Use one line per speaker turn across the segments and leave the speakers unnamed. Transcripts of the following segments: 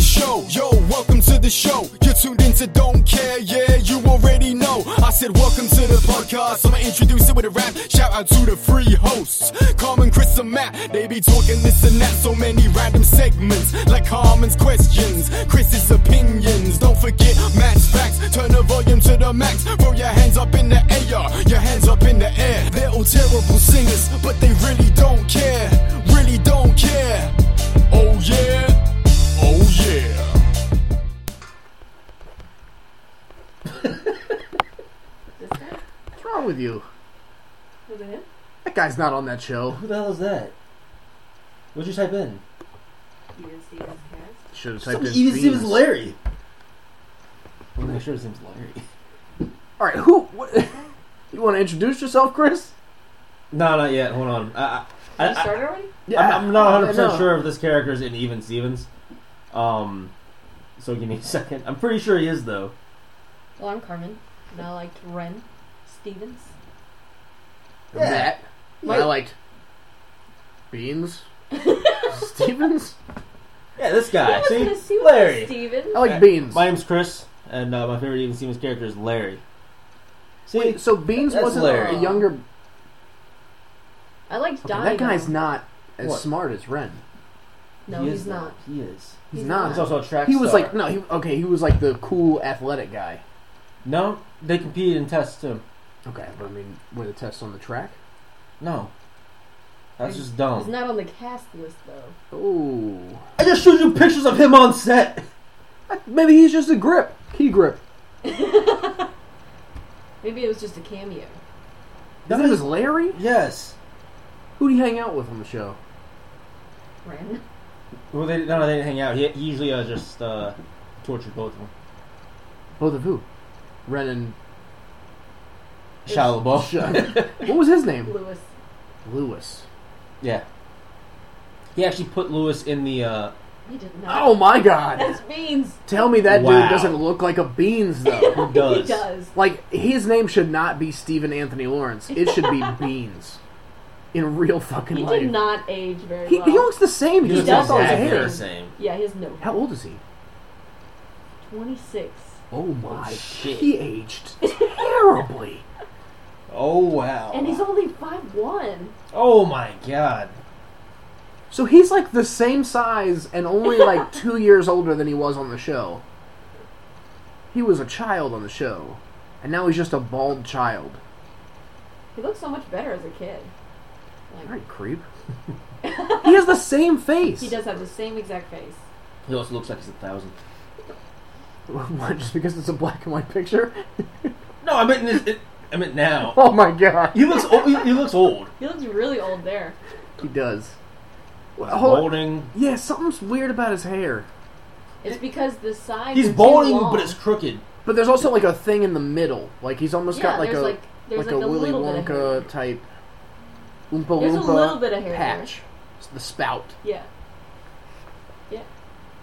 show. Yo, welcome to the show. You're tuned into Don't Care, yeah, you already know. I said, welcome to the podcast. I'ma introduce it with a rap. Shout out to the free hosts, Carmen, Chris, and Matt. They be talking this and that. So many random segments, like Carmen's questions, Chris's opinions. Don't forget Matt's facts. Turn the volume to the max. Throw your hands up in the air, your hands up in the air. They're all terrible singers, but they really don't care. Really don't care. Oh yeah. Oh yeah.
What's wrong with you?
Was it him?
That guy's not on that show.
Who the hell is that? What'd you type in?
Even Stevens cares.
Should have typed
Some
in.
Even Stevens
Beans.
Larry. I'm not sure his name's Larry.
All right, who? What, you want to introduce yourself, Chris?
No, not yet. Hold on. I, I,
you
I,
started already?
I, am not 100
I know.
percent sure if this character's in Even Stevens. Um, so give me a second. I'm pretty sure he is though.
Well, I'm Carmen, and I liked Ren Stevens.
Yeah. Matt.
Wait.
I liked beans. Stevens.
Yeah, this guy.
I was gonna
See,
assume
Larry.
it was Stevens.
I like beans.
My name's Chris, and uh, my favorite Even Stevens character is Larry. See,
Wait, so beans
That's
wasn't
Larry.
a younger.
I liked
Okay,
Donnie.
that guy's
though.
not as
What?
smart as Ren.
No,
he
he's
is
not.
though. He is.
He's
He's
not.
not.
He's also a track.
He was
star.
like no. He okay. He was like the cool athletic guy.
No, they competed in tests too.
Okay, but I mean, were the tests on the track?
No, that's just
He's
dumb.
not on the cast list though.
Oh,
I just showed you pictures of him on set.
maybe he's just a grip, key grip.
Maybe it was just a cameo.
His name was Larry.
Yes.
Who do you hang out with on the show?
Ren.
Well, they no, they didn't hang out. He, he usually uh, just uh, tortured both of them.
Both of who? Ren and
Shia LaBeouf.
what was his name?
Lewis.
Lewis.
yeah. He actually put Lewis in the. Uh,
He did not.
Oh my God!
That's Beans.
Tell me that
Wow.
dude doesn't look like a beans though.
who
He
does?
does.
like his name should not be Stephen Anthony Lawrence. It should be Beans. In real fucking
He
life.
did not age very
he,
well.
he looks the same. He,
He
just
does
lost all his
exactly
hair.
the same.
Yeah, he has no.
How old is he?
26.
Oh my!
shit.
He aged terribly.
Oh wow.
And he's only 5'1.
oh my god.
So he's like the same size and only like two years older than he was on the show. He was a child on the show, and now he's just a bald child.
He looks so much better as a kid.
All
Like,
right, creep. he has the same face.
he does have the same exact face.
He also looks like he's a thousand.
What, just because it's a black and white picture?
No, I meant this, it, I meant now.
Oh my god,
He looks old. He, he looks old.
He looks really old there.
he does. Well,
He's
hold on.
balding.
Yeah, something's weird about his hair.
It's because the sides.
He's
are too
balding,
long.
but it's crooked.
But there's also like a thing in the middle. Like he's almost
yeah,
got like
there's
a
like there's
like, a, Willy
little bit of hair.
Wonka type Oompa
There's a
Loompa
little bit of hair
patch. It's the spout.
Yeah, yeah,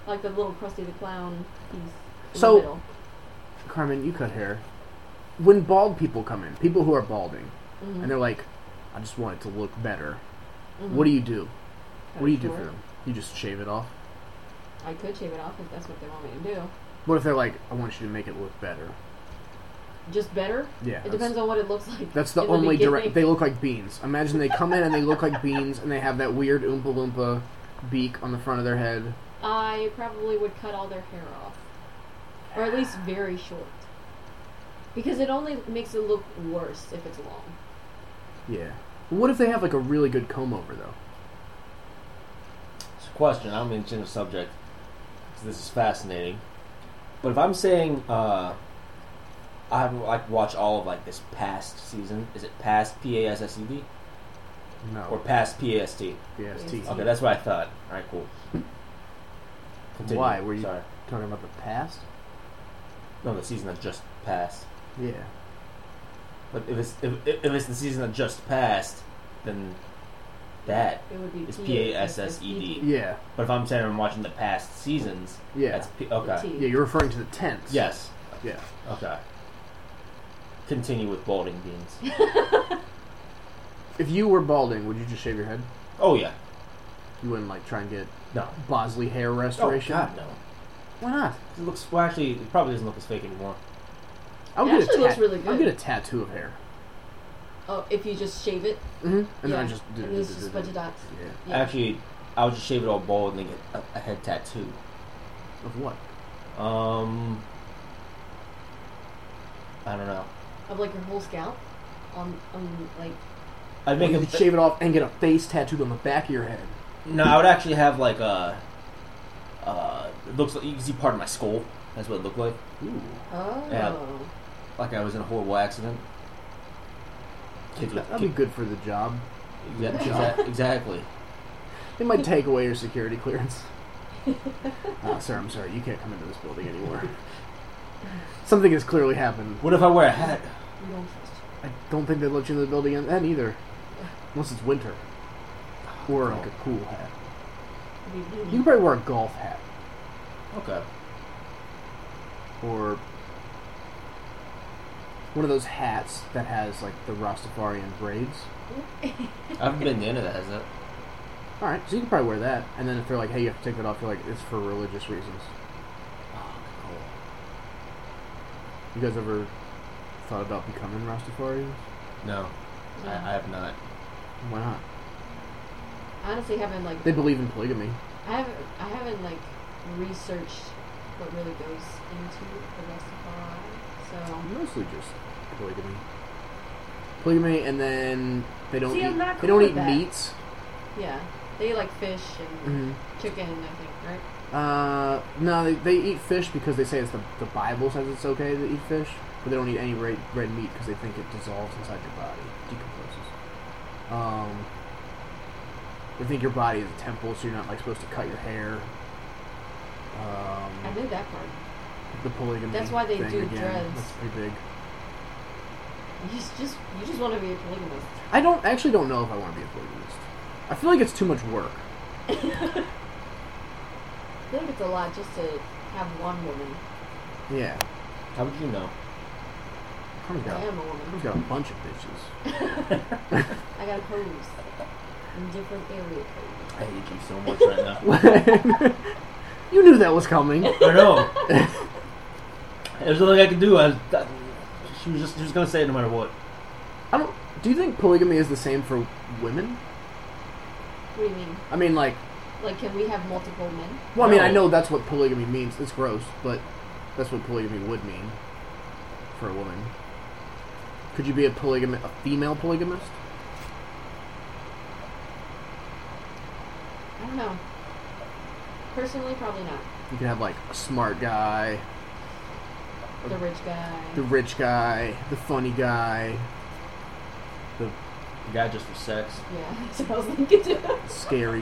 like the little Krusty the Clown piece. In
So-
the middle.
Carmen, you cut hair. When bald people come in, people who are balding,
Mhm.
and they're like, I just want it to look better. What do you do?
Cut
What do
it
you do for
short.
them? You just shave it off?
I could shave it off if that's what they want me to do.
What if they're like, I want you to make it look better?
Just better.
Yeah.
It
that's-
depends on what it looks like.
That's the
in
only direct.
beginning.
They look like beans. Imagine they come in and they look like beans, and they have that weird Oompa Loompa beak on the front of their head.
I probably would cut all their hair off, or at least very short, because it only makes it look worse if it's long.
Yeah. What if they have like a really good comb over though?
It's a question. I don't mean to change the subject. 'cause This is fascinating. But if I'm saying uh, I haven't like watched all of like this past season, is it past P A S S E D
No.
or past P A S T?
Yes. T.
Okay, that's what I thought. All right, cool. Continue.
Why were you
Sorry.
talking about the past?
No, the season that just passed.
Yeah.
But if it's if, if if it's the season that just passed, then that.
It would be
It's
P-A-S-S-E-D.
Yeah.
But if I'm saying I'm watching the past seasons,
Yeah.
that's P- okay.
T.
Yeah. You're referring to the tents.
Yes.
Yeah.
Okay. Continue with balding beans.
If you were balding, would you just shave your head?
oh yeah.
You wouldn't like try and get
No.
Bosley hair
Oh
restoration.
God no.
Why not?
It looks well. Actually, it probably doesn't look as fake anymore.
I'll
It
get a
actually
tat-
looks really
I'll
good.
get a tattoo of hair.
Oh, if you just shave it,
Mm-hmm. And then I
Yeah.
just
and then it's just a bunch of dots.
Yeah.
Yeah.
Actually, I would just shave it all bald and then get a, a head tattoo.
Of what?
Um, I don't know.
Of like your whole scalp, on on like
I'd make
Make
a
him shave it off and get a face tattooed on the back of your head.
No, I would actually have like a. Uh, it looks like you can see part of my skull. That's what it looked like.
Ooh.
oh
Like I was in a horrible accident. Kids with
That'd be good for the job.
Yeah, exa- exactly.
They might take away your security clearance. uh, sir, I'm sorry. You can't come into this building anymore. Something has clearly happened.
What if I wear a hat?
you don't trust. her.
I don't think they'd let you in the building then either. Unless it's winter. Or like a cool hat.
You- you-
You could probably wear a golf hat.
Okay.
Or one of those hats that has like the Rastafarian braids.
I haven't been to any of that, has it?
Alright, so you can probably wear that. And then if they're like, hey, you have to take that off, you're like, it's for religious reasons.
Oh, cool.
You guys ever thought about becoming Rastafarians?
No, I, I have not.
Why not?
honestly haven't like
They believe in polygamy.
I haven't I haven't like researched what really goes into the rest of our life.
Mostly just polygamy. Polygamy, and then they don't
See, I'm
eat,
not
they
cool
don't
with
eat
that.
meats.
So yeah, they like fish and
Mhm.
chicken. I think right.
Uh, no, they, they eat fish because they say it's the, the Bible says it's okay to eat fish, but they don't eat any red, red meat because they think it dissolves inside your body, decomposes. Um, they think your body is a temple, so you're not like supposed to cut your hair.
I
Um,
knew that part.
the polygamy.
That's why they
thing
do
again.
dreads.
That's pretty big.
You s- just you just want to be a polygamist.
I don't I actually don't know if I want to be a polygamist. I feel like it's too much work.
I feel like it's a lot just to have one woman.
Yeah,
How would you know?
Carmen's
I
got,
am a
Carmen's
woman.
got a bunch of bitches.
I got hoes in different area codes.
I hate you so much right now.
you knew that was coming.
I know. There's nothing I can do. I, I, she was just she was gonna say it no matter what.
I don't. Do you think polygamy is the same for women?
What do you mean?
I mean, like,
Like, can we have multiple men?
well, I mean, I
No.
know that's what polygamy means. It's gross, but that's what polygamy would mean for a woman. Could you be a polygamy, a female polygamist?
I don't know. Personally, probably not.
You could have like a smart guy,
The rich guy.
the rich guy, the funny guy, the
The guy just for sex.
yeah, that's what I was thinking too.
scary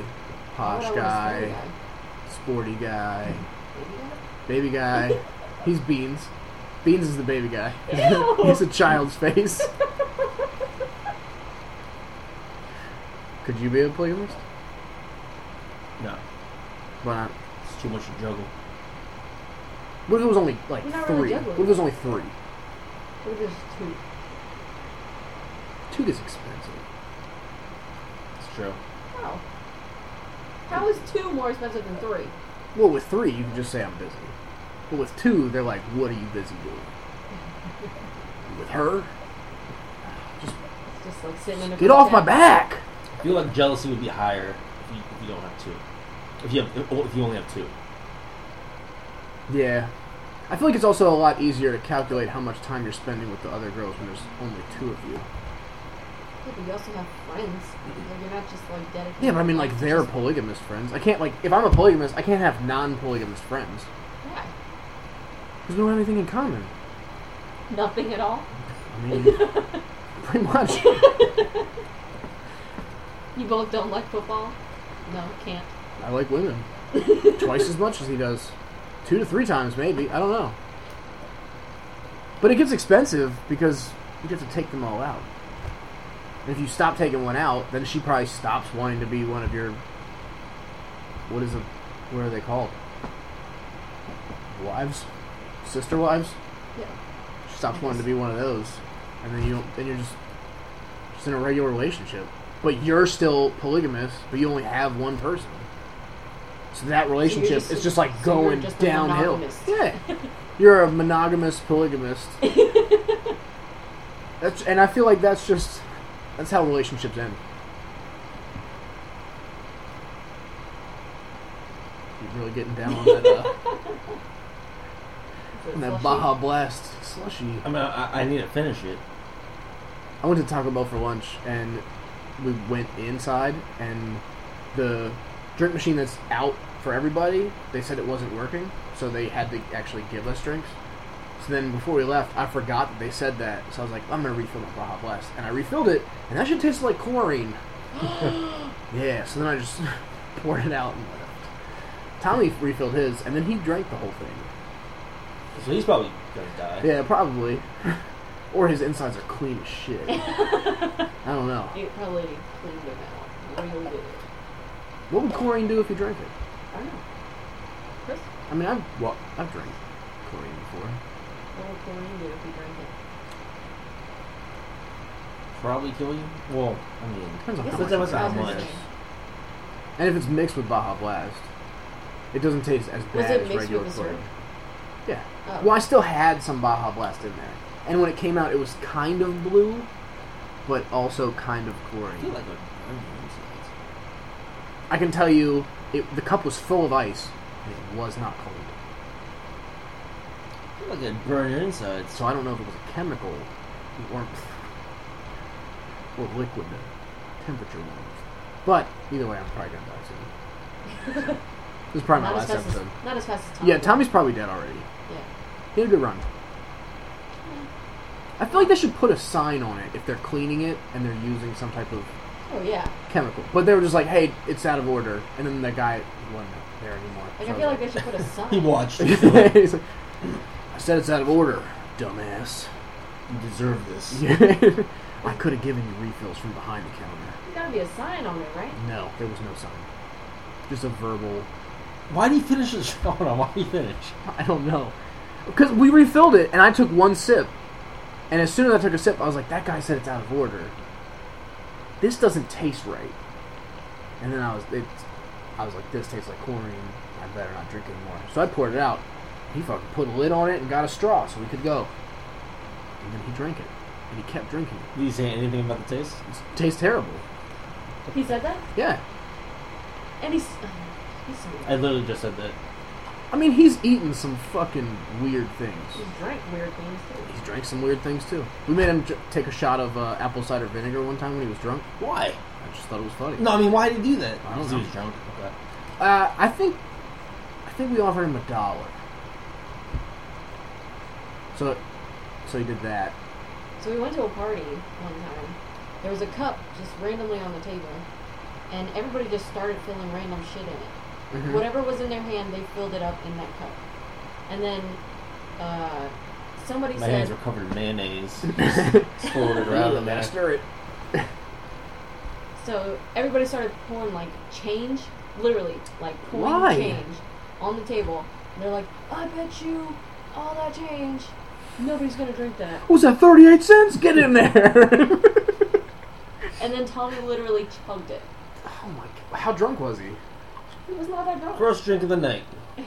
Why would
posh
I want a
guy,
skinny guy?
sporty guy,
Maybe not.
baby guy. He's Beans. Beans is the baby guy.
Ew.
He's a child's face. Could you be a polygamist?
No,
Why not?
it's too much to juggle.
What if it was only like
We're not
three?
really good
what
with
if it was only three?
What if there's two?
Two is expensive.
It's true.
How? How is two more expensive than three?
Well, with three, you can just say I'm busy. But with two, they're like, what are you busy doing? with her?
It's just like sitting in a
Get off my
back.
back!
I feel like jealousy would be higher if you, if you don't have two. If you have, if you only have two.
Yeah. I feel like it's also a lot easier to calculate how much time you're spending with the other girls when there's only two of you.
Yeah, but you also have friends. Like, you're not just like dedicated.
Yeah, but I mean, like,
to
they're
just-
polygamist friends. I can't, like, if I'm a polygamist, I can't have non polygamist friends.
Yeah.
Because we don't have anything in common.
Nothing at all.
I mean, pretty much.
You both don't like football. No, can't.
I like women. Twice as much as he does. Two to three times, maybe. I don't know. But it gets expensive because you have to take them all out. And if you stop taking one out, then she probably stops wanting to be one of your. What is a. What are they called? Wives? Sister wives?
Yeah.
She stops wanting to be one of those, and then you don't, then you're just just in a regular relationship. But you're still polygamous, but you only have one person. So that relationship
just-
is just like
so you're
going
just a
downhill.
monogamist.
Yeah, you're a monogamous polygamist. that's and I feel like that's just that's how relationships end. You're really getting down on that, uh,
Is it
on that
slushy?
Baja Blast slushy.
I mean, I, I need to finish it.
I went to Taco Bell for lunch, and we went inside, and the drink machine that's out for everybody, they said it wasn't working, so they had to actually give us drinks. So then before we left, I forgot that they said that, so I was like, I'm gonna refill my Baja Blast, and I refilled it, and that should taste like chlorine. yeah, so then I just poured it out and left. Tommy refilled his, and then he drank the whole thing.
So he's probably gonna die.
Yeah, probably. or his insides are clean as shit. I don't know.
It probably cleaned it out. Really did it.
What would chlorine do if you drank it?
I don't know. Chris,
I mean, I've well, I've drank chlorine before.
what would chlorine do if you drank it?
Probably kill you. Well, I mean,
Depends on
Yes,
how
it's
much.
depends on
I
how
was gonna
much.
say.
And if it's mixed with Baja Blast, it doesn't taste as bad
Was it
as
mixed
regular
with the
chlorine.
syrup?
Yeah.
Oh.
Well, I still had some Baja Blast in there, and when it came out, it was kind of blue, but also kind of
I feel
chlorine.
like it would- I don't know, it's- it's-
I can tell you, it, the cup was full of ice, and it was not cold.
I feel like it'd burn your insides.
So I don't know if it was a chemical or or liquid temperature warmth. But either way, I'm probably gonna die soon. this is probably my
Not as
last
fast as
episode.
not as fast as Tommy.
Yeah, Tommy's probably dead already.
Yeah.
He had a good run. I feel like they should put a sign on it if they're cleaning it and they're using some type of
Oh yeah.
chemical. But they were just like, "Hey, it's out of order," and then the guy wasn't there anymore.
Like
So
I feel like they should put a sign.
He watched. you
He's like, "I said it's out of order, dumbass."
deserve this.
Yeah. I could have given you refills from behind the counter.
There's gotta be a sign on it, right?
No, there was no sign. Just a verbal.
Why do you finish this? Hold on. Why do you finish?
I don't know. Because we refilled it, and I took one sip. And as soon as I took a sip, I was like, that guy said it's out of order. This doesn't taste right. And then I was, it, I was like, this tastes like chlorine. I better not drink anymore. So I poured it out. He fucking put a lid on it and got a straw so we could go. And then he drank it. And he kept drinking it.
Did you say anything about the taste?
It tastes terrible.
He said that,
Yeah.
and he's oh, he's so
I literally just said that.
I mean, he's eaten some fucking weird things.
he drank weird things too.
He's drank some weird things too. We made him j- take a shot of uh, apple cider vinegar one time when he was drunk.
Why?
I just thought it was funny.
No, I mean, why did he do that?
I don't
Because
know.
He was drunk. Okay.
Uh, I think, I think we offered him a dollar. So, so he did that.
So we went to a party one time. There was a cup just randomly on the table, and everybody just started filling random shit in it.
Mm-hmm.
Whatever was in their hand, they filled it up in that cup. And then uh, somebody
My
said,
hands were covered in mayonnaise. Just swirled it around in there.
it.
So everybody started pouring like change, literally like coin
Why?
change on the table. And they're like, I bet you all that change, nobody's gonna drink that.
Was that thirty-eight cents? Get in there!
And then Tommy literally chugged it.
oh my! God. How drunk was he?
He was not that drunk.
First drink of the night.
He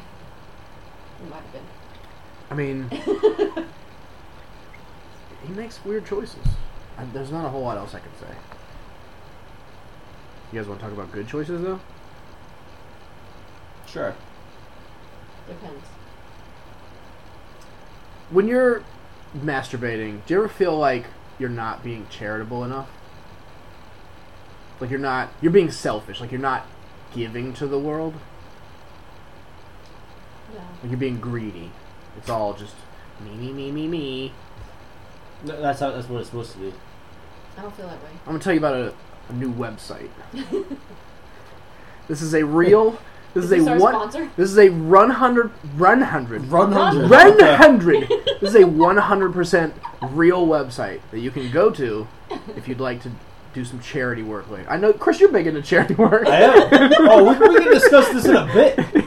might have been.
I mean, he makes weird choices. I, there's not a whole lot else I can say. You guys want to talk about good choices though?
Sure.
Depends.
When you're masturbating, do you ever feel like you're not being charitable enough? Like you're not, you're being selfish. Like you're not giving to the world.
No.
Like you're being greedy. It's all just me, me, me, me, me.
No, that's how. That's what it's supposed to be.
I don't feel that way.
I'm gonna tell you about a, a new website. this is a real. This is,
Is this
a
our
one.
sponsor?
This is a run hundred. Run hundred.
Run
hundred.
Run hundred. this is a one hundred percent real website that you can go to if you'd like to do some charity work later. I know, Chris, you're big into charity work.
I am. Oh, we, we can discuss this in a bit.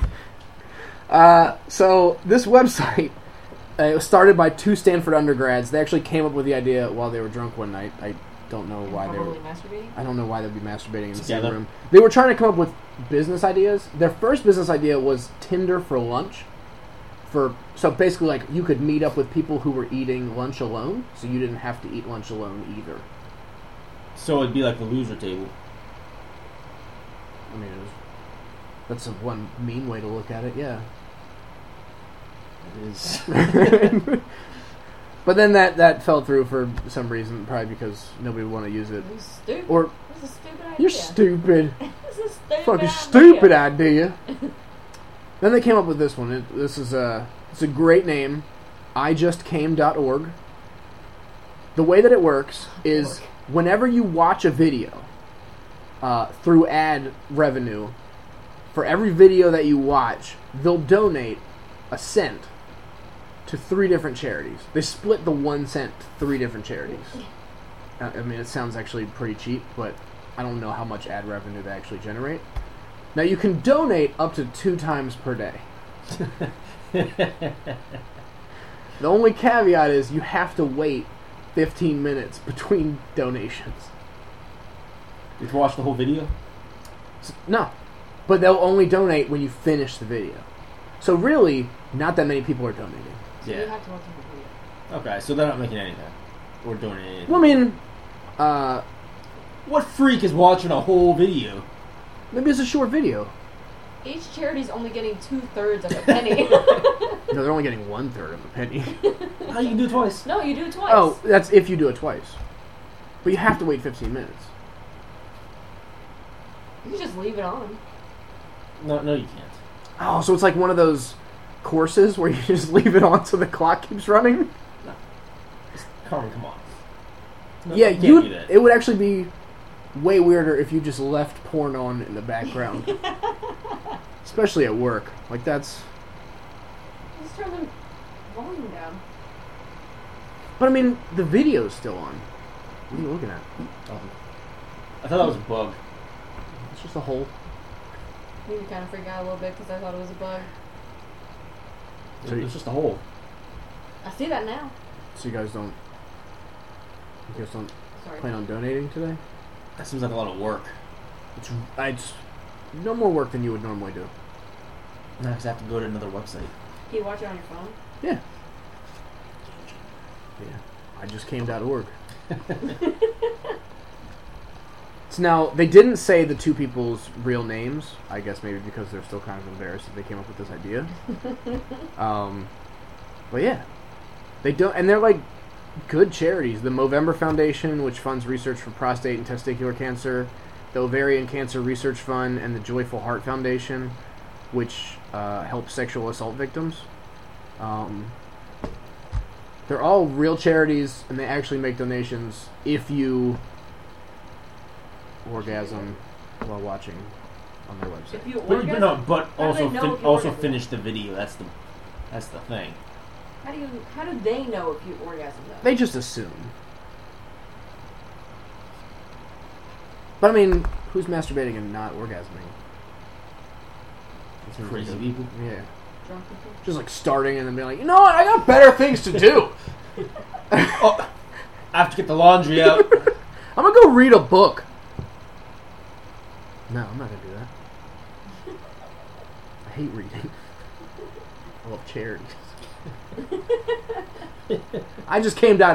So this website, uh, it was started by two Stanford undergrads. They actually came up with the idea while they were drunk one night. I don't know why they were.
probably masturbating.
I don't know why they'd be masturbating in the
Together.
same room. They were trying to come up with business ideas. Their first business idea was Tinder for lunch. For so basically, like you could meet up with people who were eating lunch alone, so you didn't have to eat lunch alone either.
So it'd be like the loser table.
I mean, it was, that's a one mean way to look at it. Yeah.
It is.
but then that that fell through for some reason, probably because nobody would want to use it.
It was stupid.
Or
it was a stupid idea.
you're stupid,
This is stupid.
fucking
idea.
stupid idea. then they came up with this one. It, this is a it's a great name. IJustCame.org. The way that it works is whenever you watch a video uh, through ad revenue, for every video that you watch, they'll donate a cent to three different charities. They split the one cent to three different charities. Uh, I I mean, it sounds actually pretty cheap, but I don't know how much ad revenue they actually generate. Now, you can donate up to two times per day. the only caveat is you have to wait 15 minutes between donations.
You can watch the whole video.
No. But they'll only donate when you finish the video. So really, not that many people are donating.
So You have to watch the video.
Okay, so they're not making anything or doing anything.
Well, I mean, uh,
What freak is watching a whole video?
maybe it's a short video.
Each charity's only getting two thirds of a penny.
No, they're only getting one third of a penny.
How you can do it twice?
no, you do it twice.
oh, that's if you do it twice. But you have to wait 15 minutes.
You can just leave it on.
No, no, you can't.
Oh, so it's like one of those courses where you just leave it on so the clock keeps running?
Carmen, come on. No,
yeah,
you can't
you.
do that.
It would actually be way weirder if you just left porn on in the background, especially at work. Like that's.
Just turn the volume down.
But I mean, the video's still on. What are you looking at?
Um, I thought that was a bug.
It's just a hole.
You kind of freak out a little bit because I thought it was a bug.
So
it
you-
was just a hole.
I see that now.
So you guys don't. You guys don't
Sorry.
plan on donating today?
That seems like a lot of work.
It's. I, it's no more work than you would normally do.
Now I just have to go to another website.
Can you watch it on your phone?
Yeah. Yeah. I just came.org. so now, they didn't say the two people's real names. I guess maybe because they're still kind of embarrassed that they came up with this idea. um, but yeah. They don't, and they're like good charities. The Movember Foundation, which funds research for prostate and testicular cancer, the Ovarian Cancer Research Fund, and the Joyful Heart Foundation, which uh, helps sexual assault victims. Um, they're all real charities, and they actually make donations if you orgasm while watching on their website.
If you
But, but
orgasm,
no, but
How do they
also
know
fin-
if you
also
ordered it?
finish the video. That's the that's the thing.
how do you? How do they know if you orgasm though?
They just assume. But I mean, who's masturbating and not orgasming? It's
Crazy people.
Yeah.
Drunk people.
Just like starting and then being like, you know what? I got better things to do.
Oh, I have to get the laundry out.
I'm gonna go read a book. No, I'm not gonna do that. I hate reading. I love charities. I just came.org.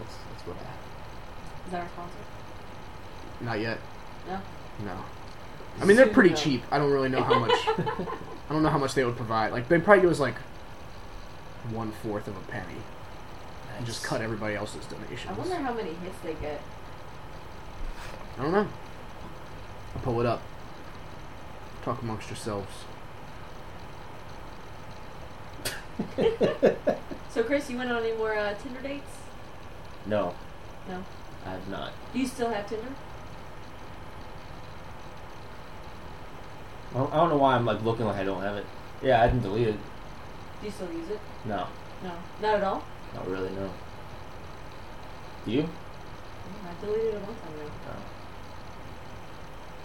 That's, that's what I,
Is that our sponsor?
not yet.
No.
No. I mean, they're pretty
Super.
cheap. I don't really know how much. I don't know how much they would provide. Like they probably give us like one fourth of a penny and just cut everybody else's
I
donations.
wonder how many hits they get.
I don't know. I'll pull it up. Talk amongst yourselves.
So Chris, you went on any more uh, Tinder dates?
No,
No.
I have not.
Do you still have Tinder?
I don't, I don't know why I'm like looking like I don't have it. Yeah, I didn't delete it.
Do you still use it?
No,
No, not at all.
not really. No. Do you?
Mm, I deleted it a long time ago.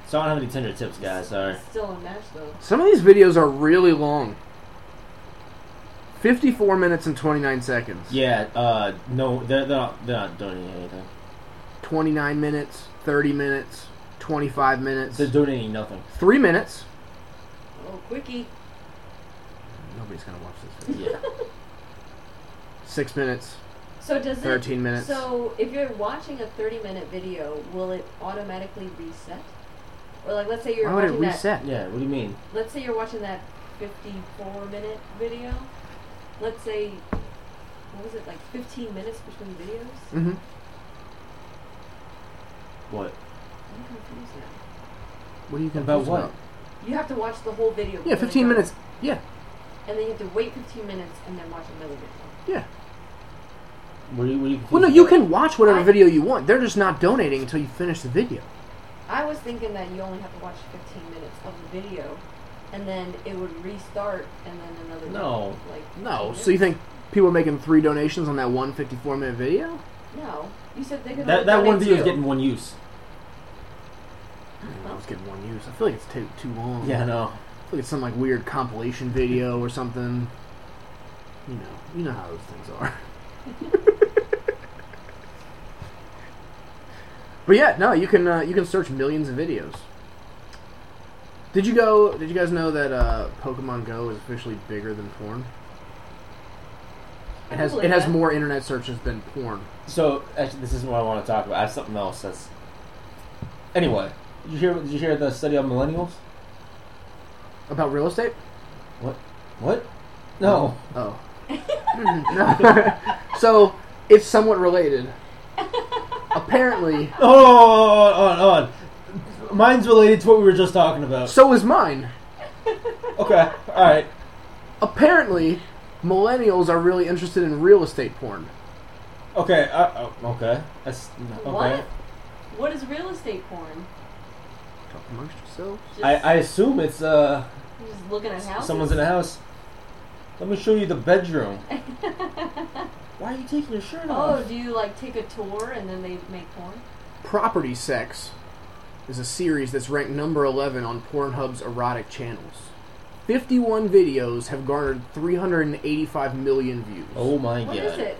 So I don't have any Tinder tips, guys. Sorry.
It's still unmatched though.
Some of these videos are really long. 54 minutes and 29 seconds.
Yeah, uh, no, they're, they're, not, they're not donating anything.
29 minutes, 30 minutes, 25 minutes,
They're donating nothing.
3 minutes.
Oh, quickie.
Nobody's going to watch this. video.
Yeah.
6 minutes.
So does it-
13 minutes.
So if you're watching a 30 minute video, will it automatically reset? Or like, let's say you're
Why would
watching
it
that.
reset?
yeah, what do you mean?
Let's say you're watching that 54 minute video. Let's say, what was it like 15 minutes between videos?
Mm-hmm.
What?
I'm confused now.
What are you confused
About what?
You have to watch the whole video. before
Yeah,
you
15
go.
minutes. Yeah,
And then you have to wait 15 minutes and then watch another video.
yeah.
What are you, what are you
Well, no,
confused
you
about?
can watch whatever
I-
video you want. They're just not donating until you finish the video.
I was thinking that you only have to watch 15 minutes of the video, and then it would restart, and then another.
No.
Like
No.
15
So you
minutes.
think people are making three donations on that one 54 minute video?
No, you said they could.
That,
only
that one
donate
video is
two.
getting one use.
I don't know, I was getting one use. I feel like it's too too long.
Yeah, no.
I feel like it's some like weird compilation video or something. You know, you know how those things are. but yeah, no, you can uh, you can search millions of videos. Did you go? Did you guys know that uh, Pokemon Go is officially bigger than porn?
I
It has
believe
it has
that.
more internet searches than porn.
So actually, this isn't what I want to talk about. I have something else. That's anyway. Did you hear? Did you hear the study on millennials?
About real estate?
What? What? No.
Oh. No. so it's somewhat related. Apparently,
Oh, on, on, on. Mine's related to what we were just talking about.
so is mine.
Okay. All right.
Apparently, millennials are really interested in real estate porn.
Okay. Uh, oh, okay. That's okay.
What? What is real estate porn?
Talk amongst yourselves.
Just,
I, I assume it's uh
you're just looking at houses.
someone's in a house. Let me show you the bedroom. Why are you taking your shirt
oh,
off?
do you like take a tour and then they make porn?
Property Sex is a series that's ranked number 11 on Pornhub's erotic channels. 51 videos have garnered 385 million views
Oh my
What
god.
is it?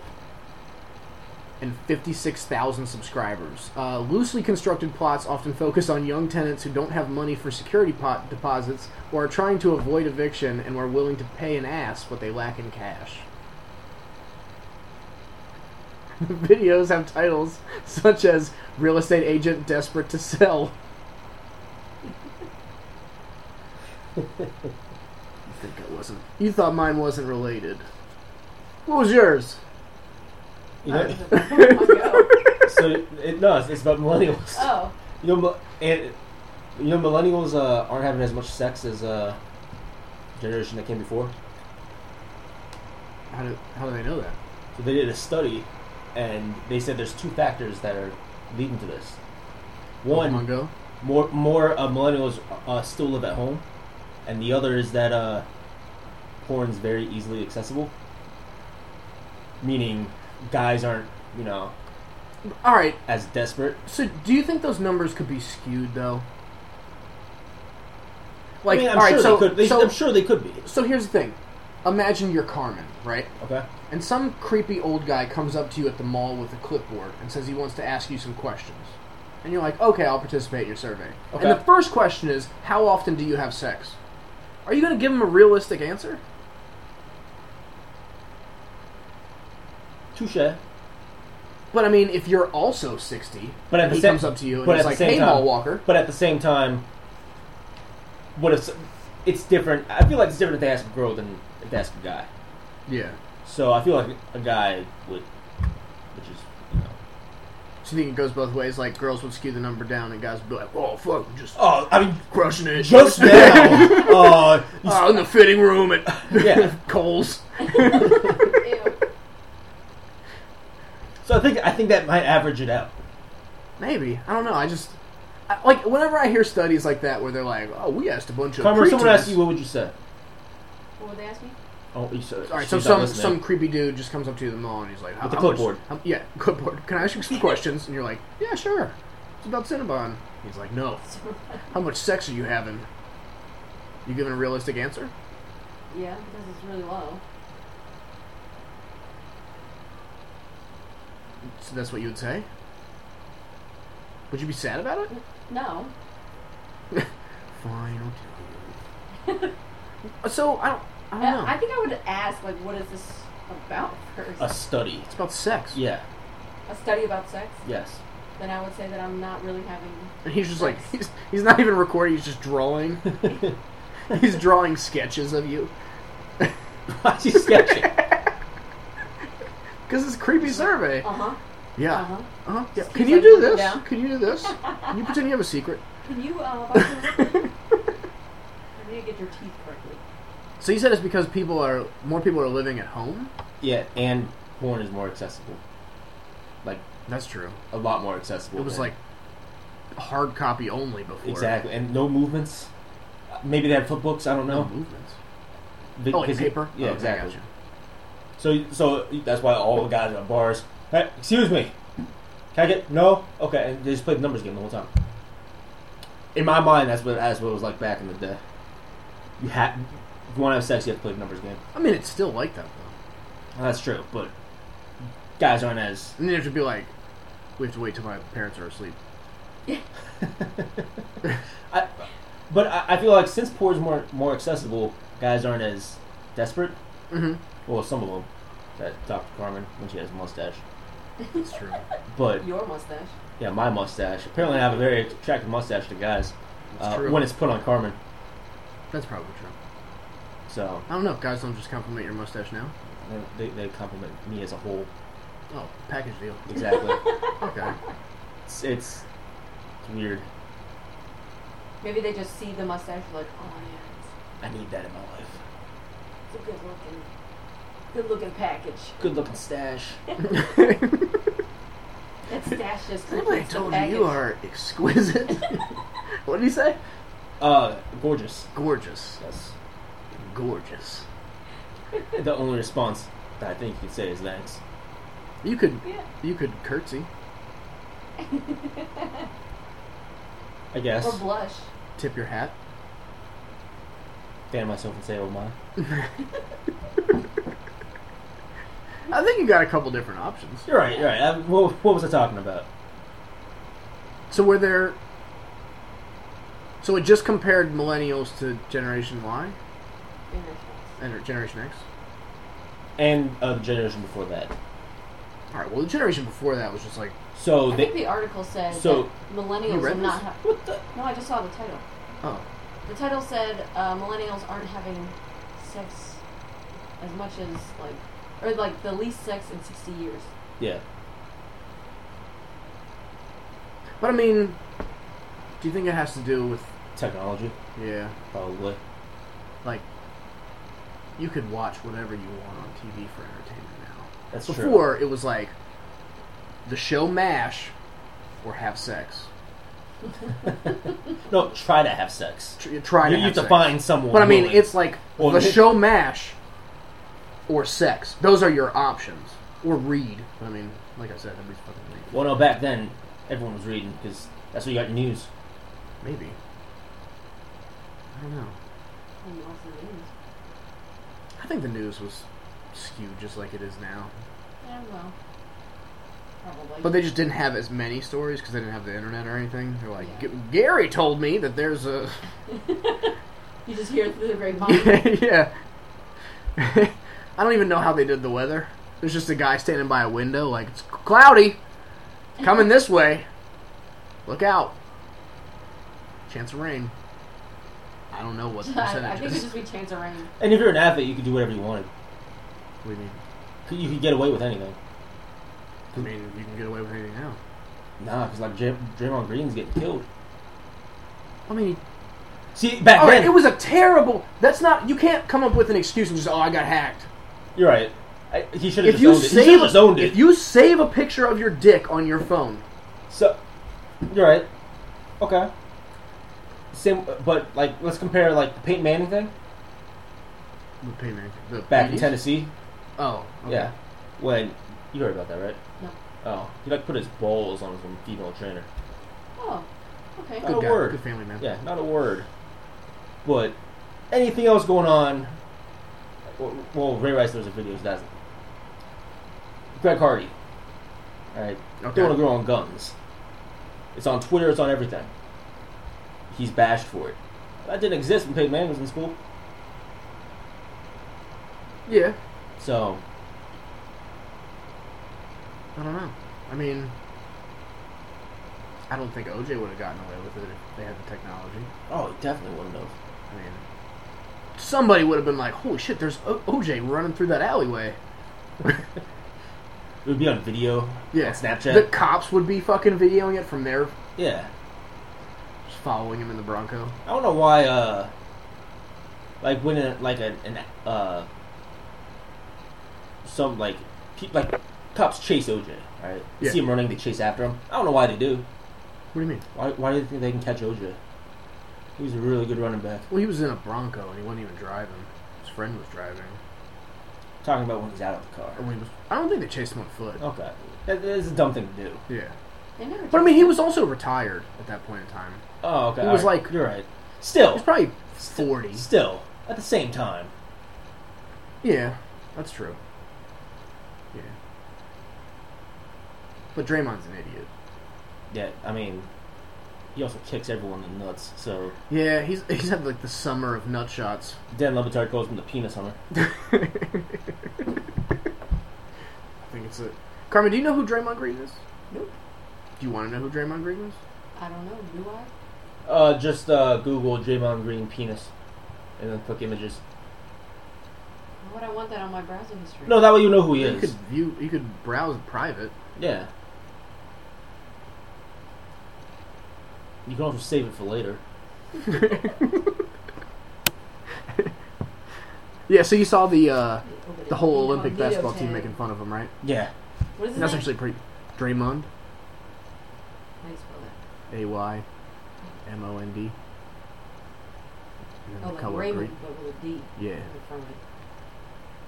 and 56,000 subscribers. Uh, loosely constructed plots often focus on young tenants who don't have money for security pot deposits or are trying to avoid eviction and are willing to pay an ass what they lack in cash. The videos have titles such as Real Estate Agent Desperate to Sell. you think I wasn't? You thought mine wasn't related. What was yours?
You know,
Pokemon Go.
so it, no, it's, it's about millennials.
Oh,
You know, mil- and you know, millennials uh, aren't having as much sex as uh, generation that came before.
How do, how do they know that?
So they did a study, and they said there's two factors that are leading to this.
Pokemon
One,
Go?
more more uh, millennials uh, still live at home, and the other is that uh, porn's very easily accessible, meaning guys aren't you know
All right.
as desperate.
So, do you think those numbers could be skewed though? Like,
I mean, I'm
all right.
sure
so,
they could. They,
so,
I'm sure they could be.
so here's the thing. Imagine you're Carmen, right?
Okay.
And some creepy old guy comes up to you at the mall with a clipboard and says he wants to ask you some questions. And you're like, okay, I'll participate in your survey.
Okay.
And the first question is, how often do you have sex? Are you going to give him a realistic answer?
Touche.
But I mean, if you're also 60,
But at
and
the
he
same,
comes up to you and
but
he's
at
like,
the same
hey,
time,
Mall Walker.
But at the same time, what if it's different? I feel like it's different if they ask a girl than if they ask a guy.
Yeah.
So I feel like a guy would, which is you know,
So you think it goes both ways? Like girls would skew the number down, and guys would be like, "Oh fuck, just
oh, I mean,
crushing it."
just now, uh, you-
oh, in the fitting room at
Yeah.
Cole's.
ew.
so I think I think that might average it out.
Maybe I don't know. I just I, like whenever I hear studies like that where they're like, "Oh, we asked a bunch of."
Carmen, if someone
preteens."
asked you, what would you say?
What would they ask me?
Oh, you said.
All right, so
she's
some
not listening.
some creepy dude just comes up to you in the mall and he's like, "How-
With
how
a
much-
clipboard.
how- um, yeah, clipboard. Can I ask you some questions?" And you're like, "Yeah, sure." It's about Cinnabon. He's like, "No. How much sex are you having?" You giving a realistic answer?
yeah, because it's really low.
So that's what you would say? Would you be sad about it?
No.
Fine, I'll do it. so, I don't, I don't know.
Uh, I, I think I would ask, like, what is this about first?
A study.
it's about sex.
Yeah.
a study about sex?
Yes.
Then I would say that I'm not really having.
And he's just like, he's, he's not even recording, he's just drawing. he's drawing sketches of you.
Why is he sketching?
Because it's a creepy survey.
Uh huh.
Yeah.
Uh huh.
Uh-huh. Yeah.
Just
Can
keep
you
like
do
looking
this?
down.
Can you do this? Can you pretend you have a secret?
Can you, uh, if I can- you need to get your teeth correctly.
so you said it's because people are more people are living at home.
yeah, and porn is more accessible. Like
That's true.
a lot more accessible.
It was
than-
like hard copy only before.
exactly, and no movements. Uh, Maybe they had flipbooks. I don't
No
know.
movements.
Be-
Oh, like
'cause it-
paper.
Yeah,
Okay,
exactly.
gotcha.
So, so that's why all the guys at bars. Hey, excuse me. Can I get no? Okay, and they just played the numbers game the whole time. In my mind, that's what that's what it was like back in the day. You have, if you want to have sex, you have to play the numbers game.
I mean, it's still like that though.
Well, that's true, but guys aren't as.
And then it would be like, we have to wait till my parents are asleep.
I, but I, I feel like since porn is more more accessible, guys aren't as desperate.
Mm-hmm.
Well, some of them. That Dr. Carmen when she has a mustache,
That's true.
but
Your mustache.
yeah, my mustache. Apparently, I have a very attractive mustache to guys
That's
uh,
true.
when it's put on Carmen.
That's probably true.
So
I don't know. Guys don't just compliment your mustache now.
they, they compliment me as a whole.
Oh, package deal.
Exactly.
Okay.
it's, it's it's weird.
Maybe they just see the mustache, like, oh yeah, it's,
I need that in my life.
it's a good looking, good looking package.
Good looking stash.
That stash just
I
completes the
told you
package.
you are exquisite. what did he say?
Uh, gorgeous.
Gorgeous.
That's
Gorgeous.
the only response that I think you could say is thanks.
You could
Yeah.
you could curtsy,
I guess.
Or blush.
tip your hat.
Damn myself and say, oh my.
I think you got a couple different options.
You're right. You're right. I, what, what was I talking about?
So were there? So it just compared millennials to Generation Y
in response.
and or Generation X.
And uh, the generation before that.
All right. Well, the generation before that was just like
So
I
they.
think the article said
so-
that
You
millennials
read
are not.
this?
Ha-
what the?
no, I just saw the title.
oh
The title said uh, millennials aren't having sex as much as like, or like the least sex in sixty years.
Yeah.
But I mean, do you think it has to do with
Technology,
yeah?
probably.
Like you could watch whatever you want on TV for entertainment now.
That's true.
Before it was like the show Mash or have sex.
No, try to have sex.
Tr- Try to
You, you
have
have
sex.
to find someone.
But I mean,
willing.
it's like
Well,
the
they-
show Mash or sex. Those are your options. Or read. But I mean, like I said, nobody's fucking reading.
Well, no, back then everyone was reading because that's where you got your news.
Maybe. I don't know.
And also news.
I think the news was skewed just like it is now.
I don't know. Probably.
But they just didn't have as many stories because they didn't have the internet or anything. They're like,
Yeah.
"G- Gary told me that there's a.
you just hear it through the grapevine.
yeah. I don't even know how they did the weather. There's just a guy standing by a window, like, it's cloudy. Coming this way. Look out. Chance of rain. I don't know what the
I, I
percentage
think it'd
is.
just be chance of rain.
And if you're an athlete, you could do whatever you wanted.
What do you mean?
You could get away with anything.
I mean, you can get away with anything now.
Nah, because like Dray- Draymond Green's getting killed.
I mean,
See, back
all right,
then
it was a terrible. That's not. You can't come up with an excuse and just, oh, I got hacked.
You're right. I, he should have
If
just
you
owned it. He should
save,
have just owned it.
if you save a picture of your dick on your phone,
so, you're right. Okay. Same, but like, let's compare like the Peyton Manning thing
the payment, the
back in
PDs?
Tennessee.
Oh, Mm-hmm. okay.
Yeah, when you heard about that, right?
No.
Oh, he like put his balls on some female trainer.
Oh, okay.
Good.
Good
a
guy,
word.
good family man.
Yeah, not a word. But anything else going on? Well, Ray Rice, there was a video. So that's Greg Hardy. Alright?
Okay.
They want to grow on guns. It's on Twitter, it's on everything. He's bashed for it. That didn't exist when Peyton Manning was in school.
Yeah.
So,
I don't know. I mean, I don't think OJ would have gotten away with it if they had the technology.
oh, he definitely wouldn't have.
I mean, somebody would have been like, "Holy shit, there's o- OJ running through that alleyway."
It would be on video.
Yeah,
On Snapchat?
The cops would be fucking videoing it from there,
Yeah.
just following him in the Bronco.
I don't know why, uh, like when a, like an, an uh, some like pe- like cops chase OJ, right? They
Yeah.
See him running, they chase after him. I don't know why they do.
What do you mean?
Why, why do you think they can catch OJ? He was a really good running back.
Well, he was in a Bronco and he wasn't even driving. His friend was driving.
Talking about when he's out of the
Or
car.
when he was, I don't think they chased him on foot.
Okay, that, that's a dumb thing to do.
Yeah,
They never
but I mean, he was also retired at that point in time.
Oh, okay.
He was
alright,
like-
you're right.
He's
Still,
probably forty.
still at the same time.
Yeah, that's true. Yeah. But Draymond's an idiot.
Yeah, I mean, he also kicks everyone in the nuts. So
Yeah, he's he's had like the summer of nut shots.
Dan Levitard calls him the penis hunter.
I think it's it. Carmen, do you know who Draymond Green is?
Nope.
Do you want to know who Draymond Green is?
I don't know. Do I?
Uh, just uh, Google Draymond Green penis, and then click images.
Why would I want that on my browsing history?
No, that way you know who he
You could
is.
view. You could browse private.
Yeah. You can also save it for later.
Yeah. So you saw the uh,
Oh, but
the
it-
whole
you know,
Olympic
video
basketball team
tag.
making fun of him, right?
Yeah.
What is his
That's
name?
actually pretty. Draymond,
How do you spell that?
A Y M O N D. And then
Oh,
the
like
color
Raymond,
green.
but with a D
Yeah.
in front of it.